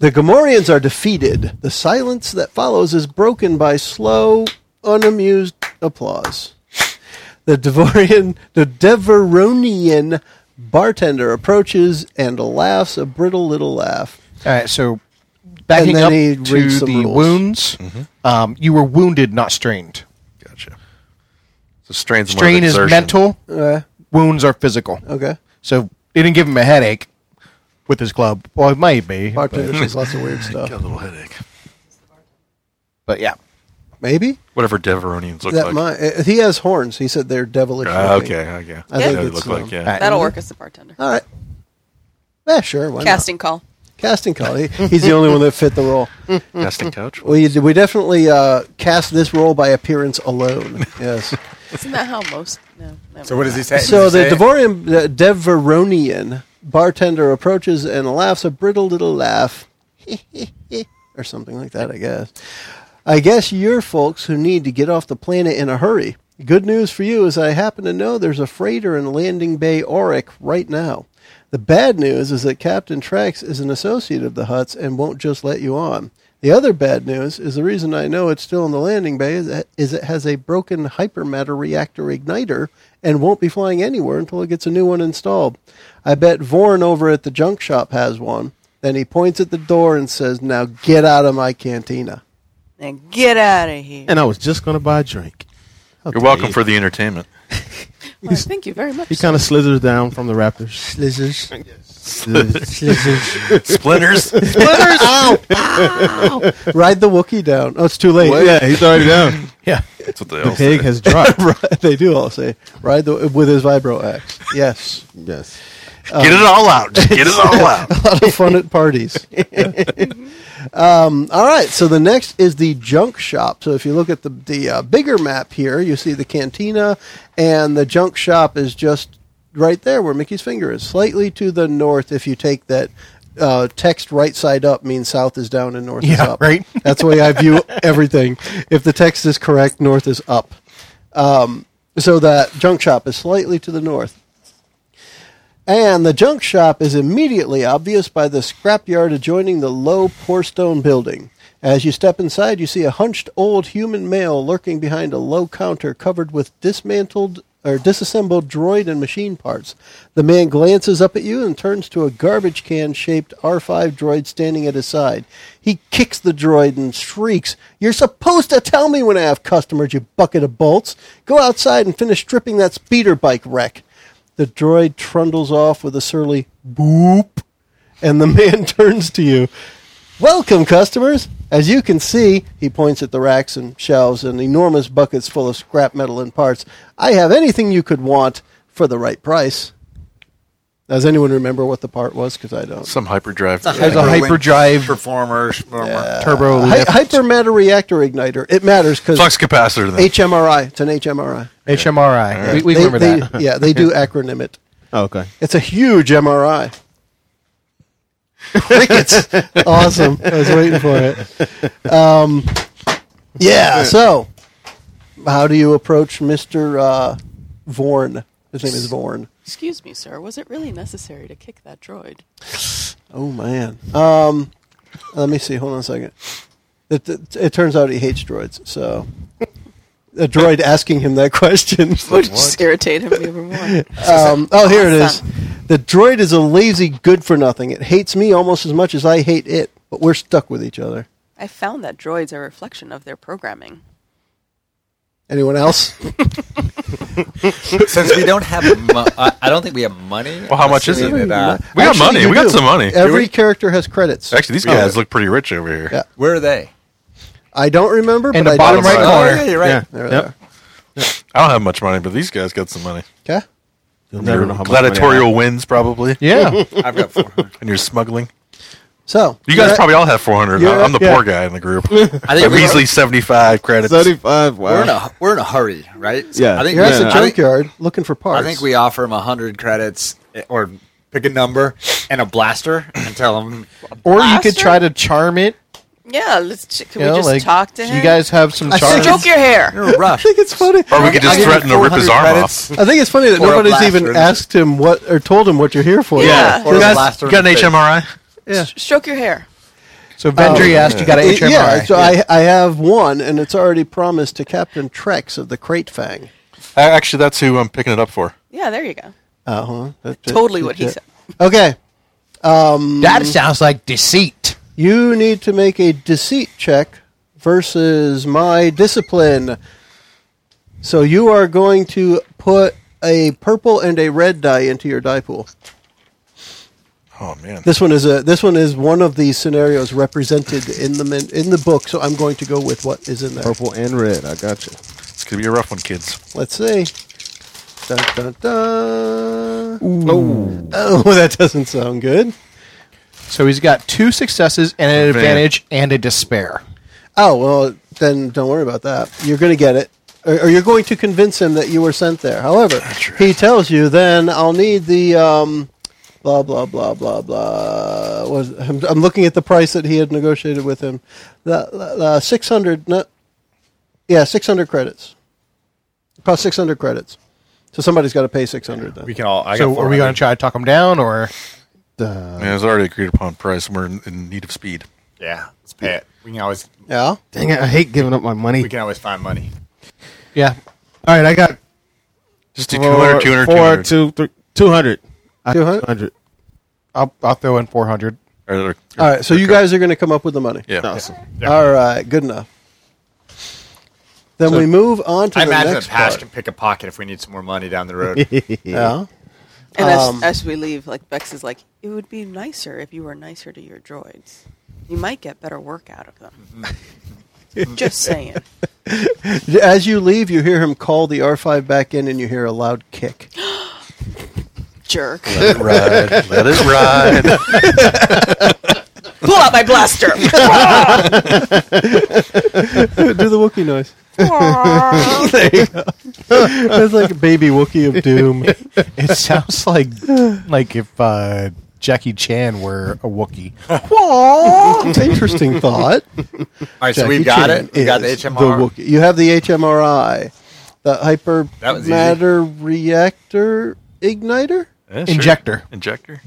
Speaker 2: The Gamorreans are defeated. The silence that follows is broken by slow, unamused applause. The Devorian, the Deveronian bartender approaches and laughs a brittle little laugh.
Speaker 3: All right, so backing
Speaker 2: then
Speaker 3: up
Speaker 2: he
Speaker 3: to
Speaker 2: reads
Speaker 3: the
Speaker 2: some rules.
Speaker 3: wounds,
Speaker 8: Mm-hmm.
Speaker 3: um, you were wounded, not strained.
Speaker 8: Gotcha. So strain's more of
Speaker 3: Strain is
Speaker 8: exertion.
Speaker 3: mental.
Speaker 2: Uh,
Speaker 3: Wounds are physical.
Speaker 2: okay.
Speaker 3: So it didn't give him a headache with his club. Well, it might be, but,
Speaker 2: Bartender says lots of weird stuff.
Speaker 8: Got a little headache.
Speaker 3: but yeah.
Speaker 2: Maybe?
Speaker 8: Whatever Deveronians look
Speaker 2: That
Speaker 8: like.
Speaker 2: might, uh, he has horns. He said they're devilish.
Speaker 8: Ah,
Speaker 2: looking.
Speaker 8: okay, okay.
Speaker 2: I
Speaker 8: Yeah,
Speaker 2: think
Speaker 8: they
Speaker 2: it's,
Speaker 8: look
Speaker 2: um,
Speaker 8: like yeah.
Speaker 5: That'll work as the bartender.
Speaker 2: All right. Yeah, sure. Oh, Why not?
Speaker 5: Casting call.
Speaker 2: Casting call. He, he's the only one that fit the role.
Speaker 8: Casting couch.
Speaker 2: We, we definitely uh, cast this role by appearance alone. Yes.
Speaker 5: Isn't that how most? No. never
Speaker 4: So what does he
Speaker 5: mind.
Speaker 4: say?
Speaker 2: so
Speaker 4: Does he
Speaker 2: the
Speaker 4: say-
Speaker 2: Devorian, the Deveronian bartender approaches and laughs a brittle little laugh, or something like that. I guess. I guess you're folks who need to get off the planet in a hurry. Good news for you is I happen to know there's a freighter in Landing Bay Auric right now. The bad news is that Captain Trax is an associate of the Huts and won't just let you on. The other bad news is the reason I know it's still in the landing bay is, that, is it has a broken hypermatter reactor igniter and won't be flying anywhere until it gets a new one installed. I bet Vorn over at the junk shop has one. Then he points at the door and says, Now get out of my cantina.
Speaker 5: Then get out of here.
Speaker 6: And I was just gonna buy a drink.
Speaker 8: You're welcome for the entertainment.
Speaker 5: Well, thank you very much.
Speaker 6: He kind of slithers down from the rafters.
Speaker 2: Slizzers.
Speaker 8: Splinters.
Speaker 2: Ride the Wookiee down. Oh, it's too late.
Speaker 6: yeah, he's already down.
Speaker 3: Yeah.
Speaker 8: That's what they
Speaker 6: The
Speaker 8: all say.
Speaker 6: pig has dropped.
Speaker 2: Right, they do all say, Ride the with his vibro axe. Yes.
Speaker 6: yes.
Speaker 8: Get it all out. Just Get it all out.
Speaker 2: a lot of fun at parties. um, all right, so the next is the junk shop. So if you look at the the uh, bigger map here, you see the cantina, and the junk shop is just right there where Mickey's finger is, slightly to the north. If you take that. Uh, text right side up means south is down and north is
Speaker 3: Yeah,
Speaker 2: up.
Speaker 3: right.
Speaker 2: That's the way I view everything. If the text is correct, north is up. Um, so that junk shop is slightly to the north. And the junk shop is immediately obvious by the scrapyard adjoining the low pour stone building. As you step inside, you see a hunched old human male lurking behind a low counter covered with dismantled or disassembled droid and machine parts. The man glances up at you and turns to a garbage can shaped R5 droid standing at his side. He kicks the droid and shrieks, You're supposed to tell me when I have customers, you bucket of bolts! Go outside and finish stripping that speeder bike wreck! The droid trundles off with a surly boop, and the man turns to you. Welcome, customers! As you can see, he points at the racks and shelves and enormous buckets full of scrap metal and parts. I have anything you could want for the right price. Does anyone remember what the part was? Because I don't.
Speaker 8: Some hyperdrive.
Speaker 3: There's a hyperdrive
Speaker 4: performer, performer.
Speaker 3: turbo.
Speaker 2: Hy-
Speaker 3: lift.
Speaker 2: hypermatter reactor igniter. It matters because
Speaker 8: flux capacitor. Then.
Speaker 2: HMRI. It's an HMRI.
Speaker 3: HMRI. We, we
Speaker 2: They-
Speaker 3: remember
Speaker 2: they-
Speaker 3: that.
Speaker 2: Yeah, they do acronym it.
Speaker 6: Oh, okay.
Speaker 2: It's a huge MRI. Crickets. awesome. I was waiting for it. Um, yeah, so how do you approach Mr. Uh, Vorn? His name is Vorn.
Speaker 5: Excuse me, sir. Was it really necessary to kick that droid?
Speaker 2: Oh, man. Um, let me see. Hold on a second. It, it, it turns out he hates droids, so. A droid asking him that question.
Speaker 5: Would just irritate him even more.
Speaker 2: Um, oh, here it is.
Speaker 5: Awesome.
Speaker 2: The droid is a lazy good for nothing. It hates me almost as much as I hate it, but we're stuck with each other.
Speaker 5: I found that droids are a reflection of their programming.
Speaker 2: Anyone else?
Speaker 7: Since we don't have, mo- I I don't think we have money.
Speaker 8: Well, how much
Speaker 7: I'm assuming
Speaker 8: is it?
Speaker 7: that, uh,
Speaker 8: We got money.
Speaker 2: you
Speaker 8: We got
Speaker 2: do.
Speaker 8: some money.
Speaker 2: Every character has credits.
Speaker 8: Actually, these guys look pretty rich over here.
Speaker 2: Yeah.
Speaker 7: where are they?
Speaker 2: I don't remember,
Speaker 3: In
Speaker 2: but
Speaker 3: the
Speaker 2: I
Speaker 3: bottom
Speaker 2: do
Speaker 3: right
Speaker 2: remember.
Speaker 8: Oh,
Speaker 3: corner.
Speaker 7: yeah, you're right.
Speaker 6: Yeah.
Speaker 2: There they
Speaker 6: Yep.
Speaker 8: I don't have much money, but these guys got some money.
Speaker 2: are. Okay.
Speaker 6: You'll never know how much money I
Speaker 8: Gladiatorial wins, probably.
Speaker 3: Yeah.
Speaker 7: I've got four hundred.
Speaker 8: And you're smuggling.
Speaker 2: So
Speaker 8: You guys
Speaker 2: you're-
Speaker 8: probably all have 400.
Speaker 2: Yeah.
Speaker 8: I'm the
Speaker 6: Yeah.
Speaker 8: poor guy in the group. I
Speaker 7: I
Speaker 8: have
Speaker 7: we-
Speaker 8: easily 75
Speaker 6: have.
Speaker 8: credits.
Speaker 6: Thirty-five. Wow.
Speaker 7: We're in a we're in a hurry, right? So
Speaker 6: Yeah.
Speaker 7: I think
Speaker 2: you're at
Speaker 6: Yeah,
Speaker 2: the
Speaker 6: no, I think-
Speaker 2: junkyard looking for
Speaker 7: I
Speaker 2: parts.
Speaker 7: think we offer him hundred credits eh, or pick a number and a blaster and tell him
Speaker 3: Or you could
Speaker 5: Blaster?
Speaker 3: try to charm it.
Speaker 5: Yeah, let's. ch- Can
Speaker 3: You know,
Speaker 5: we just
Speaker 3: like,
Speaker 5: talk to
Speaker 3: do
Speaker 5: him?
Speaker 3: You guys have some
Speaker 2: I
Speaker 3: charm.
Speaker 2: think
Speaker 5: stroke your hair.
Speaker 7: you're in a rush.
Speaker 2: I think it's funny.
Speaker 8: or we could just
Speaker 7: I'll give you
Speaker 8: threaten to rip his
Speaker 7: 400
Speaker 8: arm
Speaker 7: credits.
Speaker 8: off.
Speaker 2: I think it's funny that
Speaker 7: Or a
Speaker 2: nobody's
Speaker 7: blaster
Speaker 2: even
Speaker 7: in it.
Speaker 2: asked him what or told him what you're here for.
Speaker 5: Yeah.
Speaker 7: Or a
Speaker 8: Guys,
Speaker 7: blaster
Speaker 8: you got
Speaker 7: in
Speaker 8: an
Speaker 7: the face.
Speaker 8: HMRI?
Speaker 2: yeah.
Speaker 5: Stroke your hair.
Speaker 3: So Vendry asked, "You got an HMI?"
Speaker 2: Oh, yeah, so I, I have one, and it's already promised to Captain Trex of the Crate Fang.
Speaker 8: A- Actually, that's who I'm picking it up for.
Speaker 5: Yeah, there you go.
Speaker 2: Uh huh. That's it.
Speaker 5: Totally what he
Speaker 2: That's
Speaker 5: said.
Speaker 2: it. Okay, um,
Speaker 3: that sounds like deceit.
Speaker 2: you need to make a deceit check versus my discipline. So you are going to put a purple and a red die into your die pool.
Speaker 8: Oh man,
Speaker 2: This one is a this one is one of these scenarios represented in the min, in the book. So I'm going to go with what is in there.
Speaker 6: Purple and red. I got you.
Speaker 8: it's gonna be a rough one, kids.
Speaker 2: Let's see. Dun, dun, dun. Oh. oh, that doesn't sound good.
Speaker 3: So he's got two successes and an
Speaker 8: Advantage.
Speaker 3: advantage and a despair.
Speaker 2: Oh well, then don't worry about that. You're going to get it, or, or you're going to convince him that you were sent there. However, he tells you, then I'll need the um, blah blah blah blah blah. Was I'm, I'm looking at the price that he had negotiated with him, the, the, the six hundred. No, yeah, six hundred credits. It costs six hundred credits. So somebody's got to pay six hundred then.
Speaker 7: We can all. I
Speaker 3: So
Speaker 7: got
Speaker 3: are we going to
Speaker 7: 400.
Speaker 3: try to talk him down, or
Speaker 8: I mean, it was already agreed upon price, and we're in, in need of speed.
Speaker 7: Yeah, let's pay it. We can always.
Speaker 2: Yeah.
Speaker 6: Dang it! I hate giving up my money.
Speaker 7: We can always find money.
Speaker 3: yeah? All right, I got
Speaker 8: Just do 200, 200, 200.
Speaker 6: two, three, two hundred.
Speaker 2: 200?
Speaker 3: I'll, I'll throw in 400.
Speaker 8: Or- or-
Speaker 2: All right. So you guys are going to come up with the money.
Speaker 8: yeah.
Speaker 6: Awesome.
Speaker 2: All right. Good enough. Then we move on to
Speaker 7: I
Speaker 2: the
Speaker 7: imagine
Speaker 2: next
Speaker 7: that Pash
Speaker 2: part.
Speaker 7: can pick a pocket if we need some more money down the road.
Speaker 2: Yeah.
Speaker 5: And as,
Speaker 2: Um,
Speaker 5: as we leave, like Bex is like, it would be nicer if you were nicer to your droids. You might get better work out of them.
Speaker 2: Mm-hmm.
Speaker 5: Just saying.
Speaker 2: As you leave, you hear him call the R5 back in, and you hear a loud kick.
Speaker 5: Jerk.
Speaker 8: Let it ride. Let it ride.
Speaker 5: Pull out my blaster.
Speaker 2: Do the Wookiee noise. That's like a baby Wookiee of doom.
Speaker 3: It sounds like like if uh, Jackie Chan were a Wookiee.
Speaker 2: Interesting thought.
Speaker 7: All right, so
Speaker 2: Jackie
Speaker 7: we've got
Speaker 2: Chan
Speaker 7: it. We got the
Speaker 2: is
Speaker 7: HMR.
Speaker 2: Wookiee. You have the HMRI, the hyper
Speaker 7: That was easy.
Speaker 2: matter reactor igniter.
Speaker 8: Yeah, sure.
Speaker 3: Injector.
Speaker 8: Injector.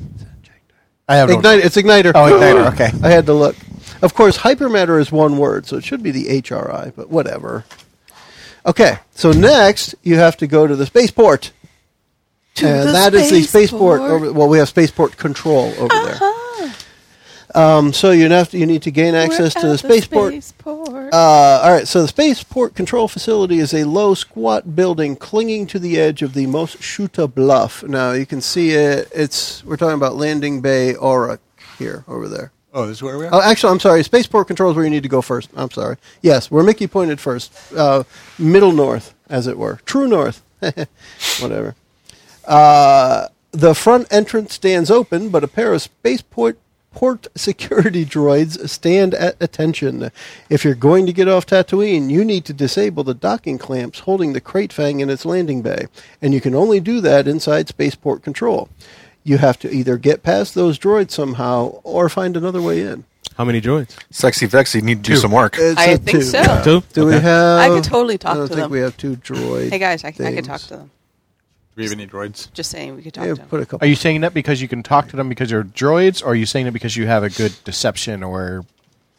Speaker 3: I have no-
Speaker 2: Ignite. It's igniter.
Speaker 3: Oh, igniter, okay.
Speaker 2: I had to look. Of course, hypermatter is one word, so it should be the HRI, but whatever. Okay, so next you have to go to the spaceport. and
Speaker 5: the
Speaker 2: that is the spaceport.
Speaker 5: spaceport. Uh-huh.
Speaker 2: Over, well, we have spaceport control over there. Um, so you have to, you need to gain access to
Speaker 5: We're
Speaker 2: the
Speaker 5: at
Speaker 2: spaceport.
Speaker 5: spaceport.
Speaker 2: Uh, all right, so the spaceport control facility is a low, squat building clinging to the edge of the most Shuta Bluff. Now you can see it. It's we're talking about landing bay Aura here over there.
Speaker 7: Oh, this is where we are.
Speaker 2: Oh, actually, I'm sorry. Spaceport control is where you need to go first. I'm sorry. Yes, where Mickey pointed first. Uh, middle north, as it were. True north. Whatever. Uh, the front entrance stands open, but a pair of spaceport port security droids stand at attention. If you're going to get off Tatooine, you need to disable the docking clamps holding the crate fang in its landing bay, and you can only do that inside spaceport control. You have to either get past those droids somehow or find another way in.
Speaker 6: How many droids?
Speaker 8: Uh, Sexy Vexy need to do some work.
Speaker 2: It's
Speaker 5: I
Speaker 2: a
Speaker 5: think
Speaker 2: two.
Speaker 5: so.
Speaker 6: Two.
Speaker 2: Do we have?
Speaker 5: I could totally talk
Speaker 2: I don't
Speaker 5: to
Speaker 2: think
Speaker 5: them.
Speaker 2: we have two droids.
Speaker 5: Hey guys, I, I could talk to them.
Speaker 7: Do we have any droids?
Speaker 5: Just saying, we could talk
Speaker 2: Yeah,
Speaker 5: to them.
Speaker 2: put a couple.
Speaker 3: Are you saying that because you can talk to them because they're droids, or are you saying that because you have a good deception or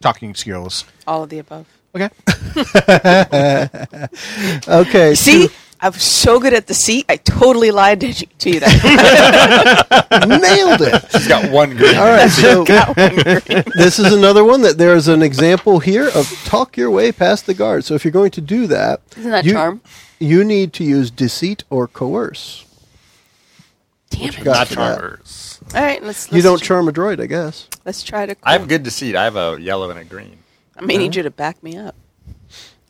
Speaker 3: talking skills?
Speaker 5: All of the above.
Speaker 3: Okay.
Speaker 2: okay.
Speaker 5: See, I was so good at the seat. I totally lied to you, to you that
Speaker 2: nailed it.
Speaker 7: He's got one green.
Speaker 2: All right. So this is another one that there is an example here of talk your way past the guard. So if you're going to do that,
Speaker 5: Isn't that
Speaker 2: you,
Speaker 5: charm?
Speaker 2: You need to use deceit or coerce.
Speaker 5: Damn it!
Speaker 2: Got
Speaker 8: Not
Speaker 2: for that.
Speaker 8: charmers.
Speaker 5: All right, let's. let's
Speaker 2: You don't
Speaker 5: tr-
Speaker 2: charm a droid, I guess.
Speaker 5: Let's try to.
Speaker 7: I have good deceit. I have a yellow and a green.
Speaker 5: I may
Speaker 8: Mm-hmm.
Speaker 5: need you to back me up.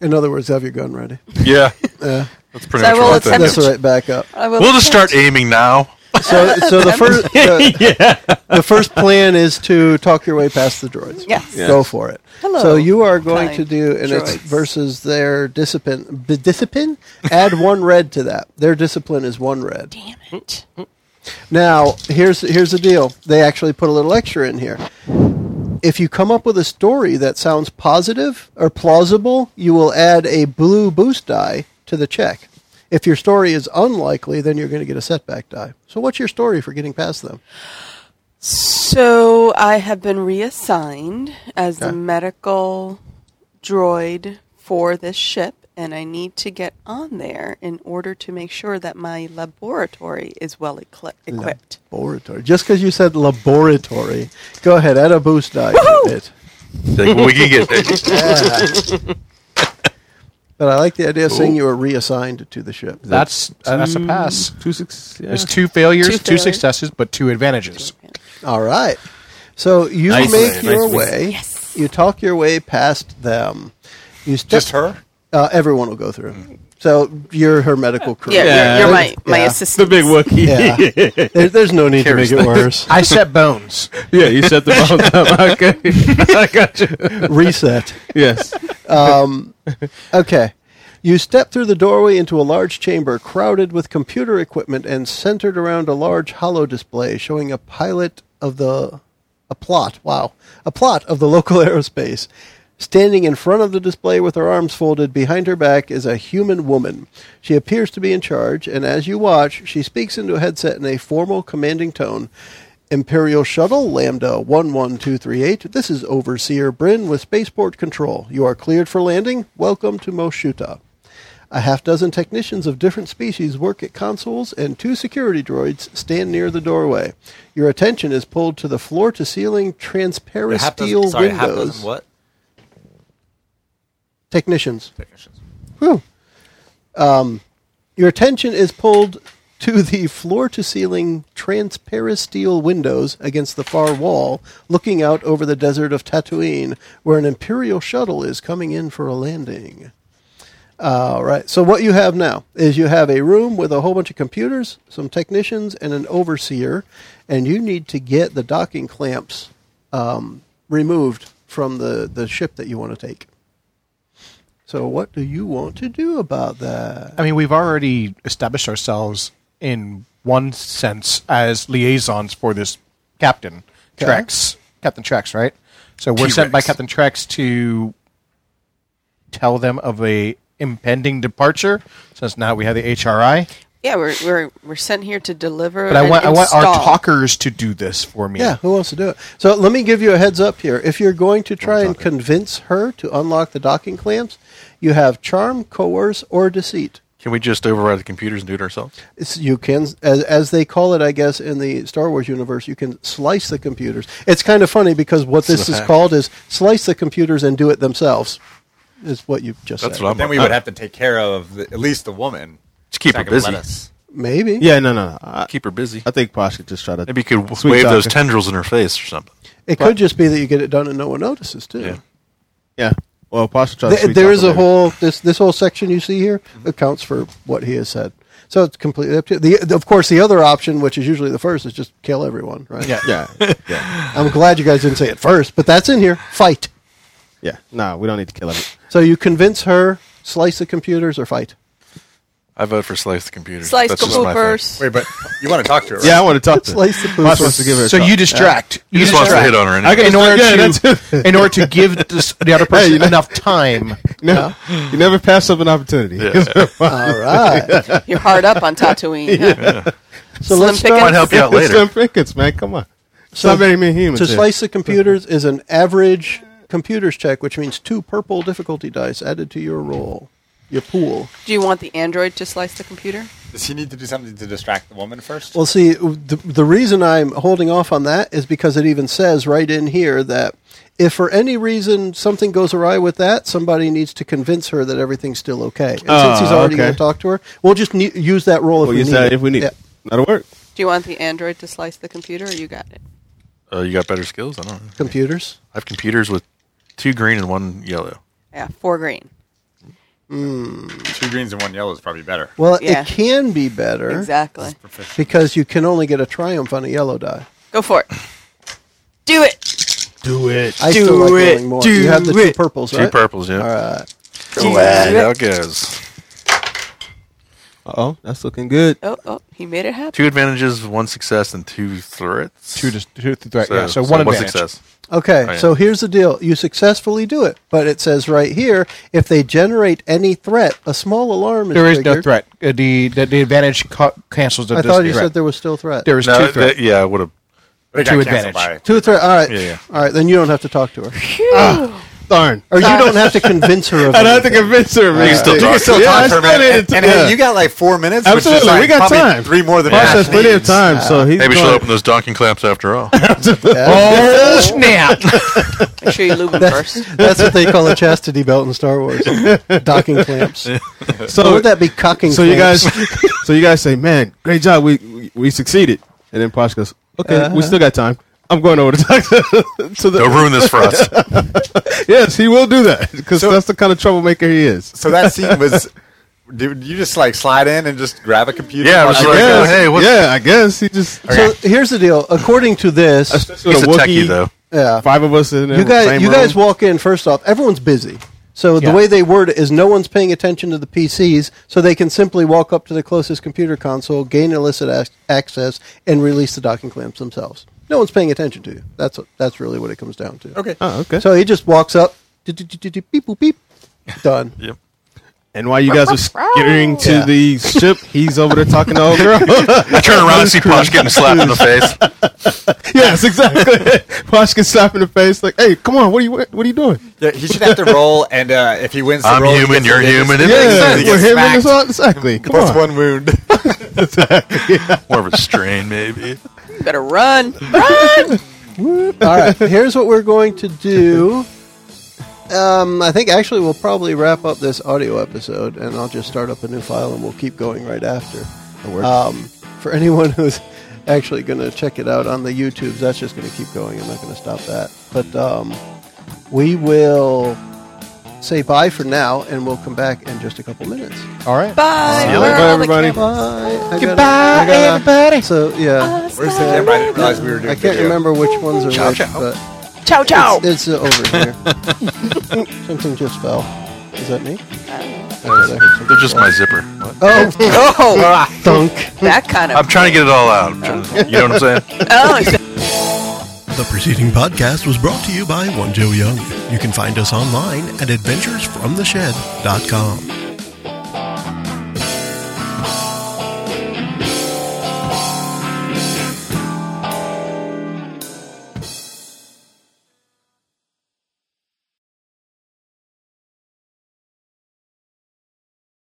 Speaker 2: In other words, have your gun ready.
Speaker 8: Yeah. That's pretty
Speaker 5: So I
Speaker 8: much
Speaker 5: will
Speaker 8: what I
Speaker 5: attempt-
Speaker 2: That's
Speaker 8: think.
Speaker 2: all right. Back up.
Speaker 5: I will
Speaker 8: We'll just
Speaker 5: attempt.
Speaker 8: start aiming now.
Speaker 2: So, so the first the, the first plan is to talk your way past the droids.
Speaker 5: Yes.
Speaker 2: go for it.
Speaker 5: Hello,
Speaker 2: So you are going
Speaker 5: kind
Speaker 2: to do, and it's
Speaker 5: droids.
Speaker 2: versus their discipline. b- Discipline. Add one red to that. Their discipline is one red.
Speaker 5: Damn it!
Speaker 2: Now, here's here's the deal. They actually put a little extra in here. If you come up with a story that sounds positive or plausible, you will add a blue boost die to the check. If your story is unlikely, then you're going to get a setback die. So, what's your story for getting past them?
Speaker 5: So I have been reassigned as the medical droid for this ship, and I need to get on there in order to make sure that my laboratory is well ecli- equipped.
Speaker 2: Laboratory. Just because you said laboratory, go ahead, add a boost die
Speaker 5: Woohoo!
Speaker 2: to it.
Speaker 8: Like, we can get there.
Speaker 2: But I like the idea of saying you were reassigned to the ship.
Speaker 3: That's that's a pass.
Speaker 6: Two six. Mm. Yeah.
Speaker 3: There's two failures,
Speaker 5: Two
Speaker 3: two,
Speaker 5: failures.
Speaker 3: successes, but two advantages.
Speaker 2: All right. So you
Speaker 8: Nice.
Speaker 2: make
Speaker 8: Nice.
Speaker 2: your
Speaker 8: Nice.
Speaker 2: way.
Speaker 5: Yes.
Speaker 2: You talk your way past them. You step,
Speaker 4: Just her?
Speaker 2: Uh, everyone will go through. So you're her medical crew.
Speaker 5: Yeah, you're, you're my, my
Speaker 2: Yeah.
Speaker 6: The
Speaker 5: assistant.
Speaker 6: big Wookiee.
Speaker 2: Yeah. There- there's no need to make it worse.
Speaker 3: I set bones.
Speaker 6: Yeah, you set the bones up. Okay. I got you.
Speaker 2: Reset.
Speaker 6: Yes.
Speaker 2: Okay. You step through the doorway into a large chamber crowded with computer equipment and centered around a large hollow display showing a pilot of the a plot, wow, a plot of the local aerospace. Standing in front of the display with her arms folded behind her back is a human woman. She appears to be in charge, and as you watch, she speaks into a headset in a formal commanding tone. Imperial Shuttle Lambda 11238. This is Overseer Bryn with Spaceport Control. You are cleared for landing. Welcome to Moshuta. A half dozen technicians of different species work at consoles, and two security droids stand near the doorway. Your attention is pulled to the floor to ceiling transparent
Speaker 7: half dozen-
Speaker 2: steel
Speaker 7: sorry, half
Speaker 2: windows.
Speaker 7: dozen what?
Speaker 2: Technicians.
Speaker 7: Technicians.
Speaker 2: Whew. Um, your attention is pulled to the floor to ceiling transparent steel windows against the far wall, looking out over the desert of Tatooine, where an Imperial shuttle is coming in for a landing. All right. So, what you have now is you have a room with a whole bunch of computers, some technicians, and an overseer, and you need to get the docking clamps um, removed from the, the ship that you want to take. So, what do you want to do about that?
Speaker 3: I mean, we've already established ourselves in one sense as liaisons for this captain
Speaker 2: Okay.
Speaker 3: Trex. Captain Trex, right? So we're sent by
Speaker 7: T-Rex.
Speaker 3: Captain Trex to tell them of a impending departure. Since now we have the HRI,
Speaker 5: Yeah, we're, we're, we're sent here to deliver.
Speaker 3: but I
Speaker 5: and
Speaker 3: want I want our
Speaker 5: install.
Speaker 3: talkers to do this for me.
Speaker 2: Yeah, who wants to do it? So let me give you a heads up here. If you're going to try and convince her to unlock the docking clamps, you have charm, coerce, or deceit.
Speaker 8: Can we just override the computers and do it ourselves?
Speaker 2: It's, you can, as, as they call it, I guess, in the Star Wars universe, you can slice the computers. It's kind of funny because what this is called is slice the computers and do it themselves. Is what you just
Speaker 8: That's
Speaker 2: said.
Speaker 8: what I'm.
Speaker 7: Then we would have to take care of the, at least the woman.
Speaker 8: Just keep
Speaker 7: She's not
Speaker 8: her
Speaker 7: gonna
Speaker 8: busy.
Speaker 7: let us.
Speaker 2: Maybe.
Speaker 6: Yeah. No. No. no. I,
Speaker 8: keep her busy.
Speaker 6: I think Posh could just try to.
Speaker 8: Maybe you could
Speaker 6: Sweet
Speaker 8: wave those
Speaker 6: talker.
Speaker 8: tendrils in her face or something.
Speaker 2: It could just be that you get it done and no one notices too.
Speaker 8: Yeah.
Speaker 6: Yeah. Well, Posh could try. to
Speaker 2: Th-
Speaker 6: sweet
Speaker 2: there
Speaker 6: talk
Speaker 2: is
Speaker 6: her
Speaker 2: a
Speaker 6: later.
Speaker 2: whole this this whole section you see here accounts for what he has said. So it's completely up to the. Of course, the other option, which is usually the first, is just kill everyone. Right?
Speaker 3: Yeah.
Speaker 6: Yeah. Yeah.
Speaker 2: I'm glad you guys didn't say it first, but that's in here. Fight.
Speaker 6: Yeah. Nah, we don't need to kill him.
Speaker 2: So you convince her, slice the computers, or fight.
Speaker 8: I vote for slice the computers.
Speaker 5: Slice
Speaker 8: That's just my thing.
Speaker 5: Coopers.
Speaker 7: Wait, but you want to talk to her? Right?
Speaker 6: Yeah, I want to talk to.
Speaker 2: Slice the
Speaker 6: Posh
Speaker 2: computers.
Speaker 6: wants to give her. a
Speaker 3: So
Speaker 6: shot.
Speaker 3: you distract.
Speaker 8: He
Speaker 3: You
Speaker 8: just wants to
Speaker 3: distract.
Speaker 8: hit on her. Anyway.
Speaker 6: Okay.
Speaker 3: in order
Speaker 6: Yeah,
Speaker 3: to in order to give this, the other person enough time.
Speaker 6: No, you never pass up an opportunity.
Speaker 8: Yeah.
Speaker 2: All right.
Speaker 5: You're hard up on Tatooine.
Speaker 2: So
Speaker 5: Slim
Speaker 2: let's start.
Speaker 5: pickings.
Speaker 8: Might help you out later.
Speaker 6: Slim Pickens, man, come on.
Speaker 2: So
Speaker 6: So not very many humans.
Speaker 2: To
Speaker 6: here.
Speaker 2: slice the computers is an average computers check, which means two purple difficulty dice added to your roll, your pool.
Speaker 5: Do you want the android to slice the computer?
Speaker 7: Does he need to do something to distract the woman first?
Speaker 2: Well, see, the, the reason I'm holding off on that is because it even says right in here that if for any reason something goes awry with that, somebody needs to convince her that everything's still okay. And since he's
Speaker 6: Ah,
Speaker 2: already
Speaker 6: okay.
Speaker 2: going to talk to her, we'll just ne- use that role if
Speaker 6: Well,
Speaker 2: we
Speaker 6: you
Speaker 2: need.
Speaker 6: said
Speaker 2: it.
Speaker 6: if we need.
Speaker 2: Yeah.
Speaker 6: it. That'll work.
Speaker 5: Do you want the android to slice the computer, or you got it?
Speaker 8: Uh, you got better skills? I don't know.
Speaker 2: computers.
Speaker 8: I have computers with two green and one yellow.
Speaker 5: Yeah, four green.
Speaker 7: Two greens and one yellow is probably better.
Speaker 2: Well,
Speaker 5: Yeah.
Speaker 2: it can be better
Speaker 5: Exactly.
Speaker 2: because you can only get a triumph on a yellow die.
Speaker 5: Go for it. Do it.
Speaker 2: I still like rolling more. you have the two purples,
Speaker 8: Two
Speaker 2: right? Uh,
Speaker 8: purples, yeah. All right. how it goes.
Speaker 6: Uh oh, that's looking good.
Speaker 5: Oh, oh, he made it happen.
Speaker 8: Two advantages, one success, and two threats.
Speaker 3: Two to two to threat. yeah. So one advantage.
Speaker 8: success.
Speaker 2: Okay,
Speaker 8: Oh, yeah.
Speaker 2: so here's the deal. You successfully do it, but it says right here if they generate any threat, a small alarm is
Speaker 3: There is no
Speaker 2: triggered.
Speaker 3: threat. Uh, the, the the advantage ca- cancels the
Speaker 2: I thought you
Speaker 3: threat.
Speaker 2: said there was still threat.
Speaker 3: there is
Speaker 8: No,
Speaker 3: two threats.
Speaker 8: that- yeah, I would have
Speaker 4: They got
Speaker 3: To
Speaker 4: canceled
Speaker 3: advantage.
Speaker 4: by
Speaker 2: Two or three. All right.
Speaker 8: Yeah, yeah.
Speaker 2: All right. Then you don't have to talk to her,
Speaker 6: Darn.
Speaker 2: or you don't have to convince her of.
Speaker 6: I don't have to
Speaker 2: anything.
Speaker 6: convince her. man.
Speaker 8: still talk.
Speaker 6: Yeah,
Speaker 7: You can still
Speaker 6: I
Speaker 7: talk for a
Speaker 6: still need
Speaker 7: minute.
Speaker 6: to-
Speaker 7: And, and
Speaker 6: yeah.
Speaker 7: hey, you got like four minutes. which is,
Speaker 6: Absolutely,
Speaker 7: like,
Speaker 6: we got
Speaker 7: probably
Speaker 6: time.
Speaker 7: Three more than
Speaker 6: Plus,
Speaker 7: Ash
Speaker 6: there's plenty of
Speaker 7: needs.
Speaker 6: time, so he's
Speaker 8: Maybe she'll
Speaker 6: going-
Speaker 8: open those donking claps after all.
Speaker 3: Oh snap!
Speaker 5: Make sure you lube them first.
Speaker 2: That's what they call a chastity belt in Star Wars. Docking clamps. Or
Speaker 6: So,
Speaker 2: would that be cocking?
Speaker 6: so you guys,
Speaker 2: clamps?
Speaker 6: so you guys say, "Man, great job, we we, we succeeded." And then Posh goes, "Okay, we still got time. I'm going over to talk to, to the."
Speaker 8: Don't ruin this for us.
Speaker 6: Yes, he will do that because
Speaker 4: So-
Speaker 6: that's the kind of troublemaker he is.
Speaker 4: So that scene was. Did you just like slide in and just grab a computer?
Speaker 8: Yeah, I
Speaker 4: and
Speaker 8: was
Speaker 4: watch
Speaker 8: like,
Speaker 4: it?
Speaker 8: oh, hey, what's
Speaker 6: yeah, I guess he just.
Speaker 2: So here's the deal. According to this,
Speaker 6: especially
Speaker 8: he's a
Speaker 6: with
Speaker 8: techie
Speaker 6: Wookiee,
Speaker 8: though?
Speaker 2: yeah,
Speaker 6: Five of us in there,
Speaker 2: you guys,
Speaker 6: same
Speaker 2: you guys
Speaker 6: room.
Speaker 2: walk in. First off, everyone's busy. So the
Speaker 3: Yeah.
Speaker 2: way they word it is, no one's paying attention to the PCs, so they can simply walk up to the closest computer console, gain illicit ac- access, and release the docking clamps themselves. No one's paying attention to you. That's that's really what it comes down to.
Speaker 4: Okay.
Speaker 6: Oh, okay.
Speaker 2: So he just walks up, do, do, do, do, do, beep boop beep, done.
Speaker 8: Yep.
Speaker 6: and while you guys are skittering to
Speaker 2: Yeah.
Speaker 6: the ship, he's over there talking to old girl.
Speaker 8: I turn around and see Posh getting slapped in the face.
Speaker 6: yes, exactly. Posh gets slapped in the face, like, "Hey, come on, what are you what are you doing?"
Speaker 4: Yeah, he should have to roll, and uh, if he wins the
Speaker 8: I'm
Speaker 4: roll, he
Speaker 8: human,
Speaker 4: gets
Speaker 8: you're
Speaker 4: to-
Speaker 8: human. It
Speaker 4: Yeah,
Speaker 8: makes
Speaker 6: Yeah,
Speaker 8: sense.
Speaker 4: he
Speaker 6: we're
Speaker 4: gets
Speaker 6: him in
Speaker 4: smacked.
Speaker 6: this one- exactly. Come
Speaker 4: Plus
Speaker 6: on.
Speaker 4: one wound.
Speaker 8: More of a strain, maybe.
Speaker 5: You better run.
Speaker 2: All right, here's what we're going to do. Um, I think actually we'll probably wrap up this audio episode, and I'll just start up a new file, and we'll keep going right after. Um, for anyone who's actually going to check it out on the YouTubes, that's just going to keep going. I'm not going to stop that. But um, we will say bye for now, and we'll come back in just a couple minutes.
Speaker 3: All right.
Speaker 5: Bye.
Speaker 6: you
Speaker 5: Where
Speaker 6: later,
Speaker 5: are all the
Speaker 6: everybody.
Speaker 5: cameras?
Speaker 2: Bye.
Speaker 3: Goodbye, everybody.
Speaker 2: So yeah,
Speaker 4: Where's the camera? I didn't realize we were doing
Speaker 2: I can't
Speaker 4: video.
Speaker 2: remember which ones are
Speaker 8: Ciao,
Speaker 2: which,
Speaker 8: ciao.
Speaker 2: but.
Speaker 5: Ciao, ciao.
Speaker 2: It's, it's uh, over here. Something just fell. Is that me? Oh, that hurts.
Speaker 8: They're just my zipper.
Speaker 2: Oh,
Speaker 5: Oh,
Speaker 2: thunk.
Speaker 5: that kind
Speaker 8: I'm
Speaker 5: of.
Speaker 8: trying to get it all out. I'm trying to- you know what I'm saying?
Speaker 5: Oh,
Speaker 1: The preceding podcast was brought to you by One Joe Young. You can find us online at adventuresfromtheshed.com.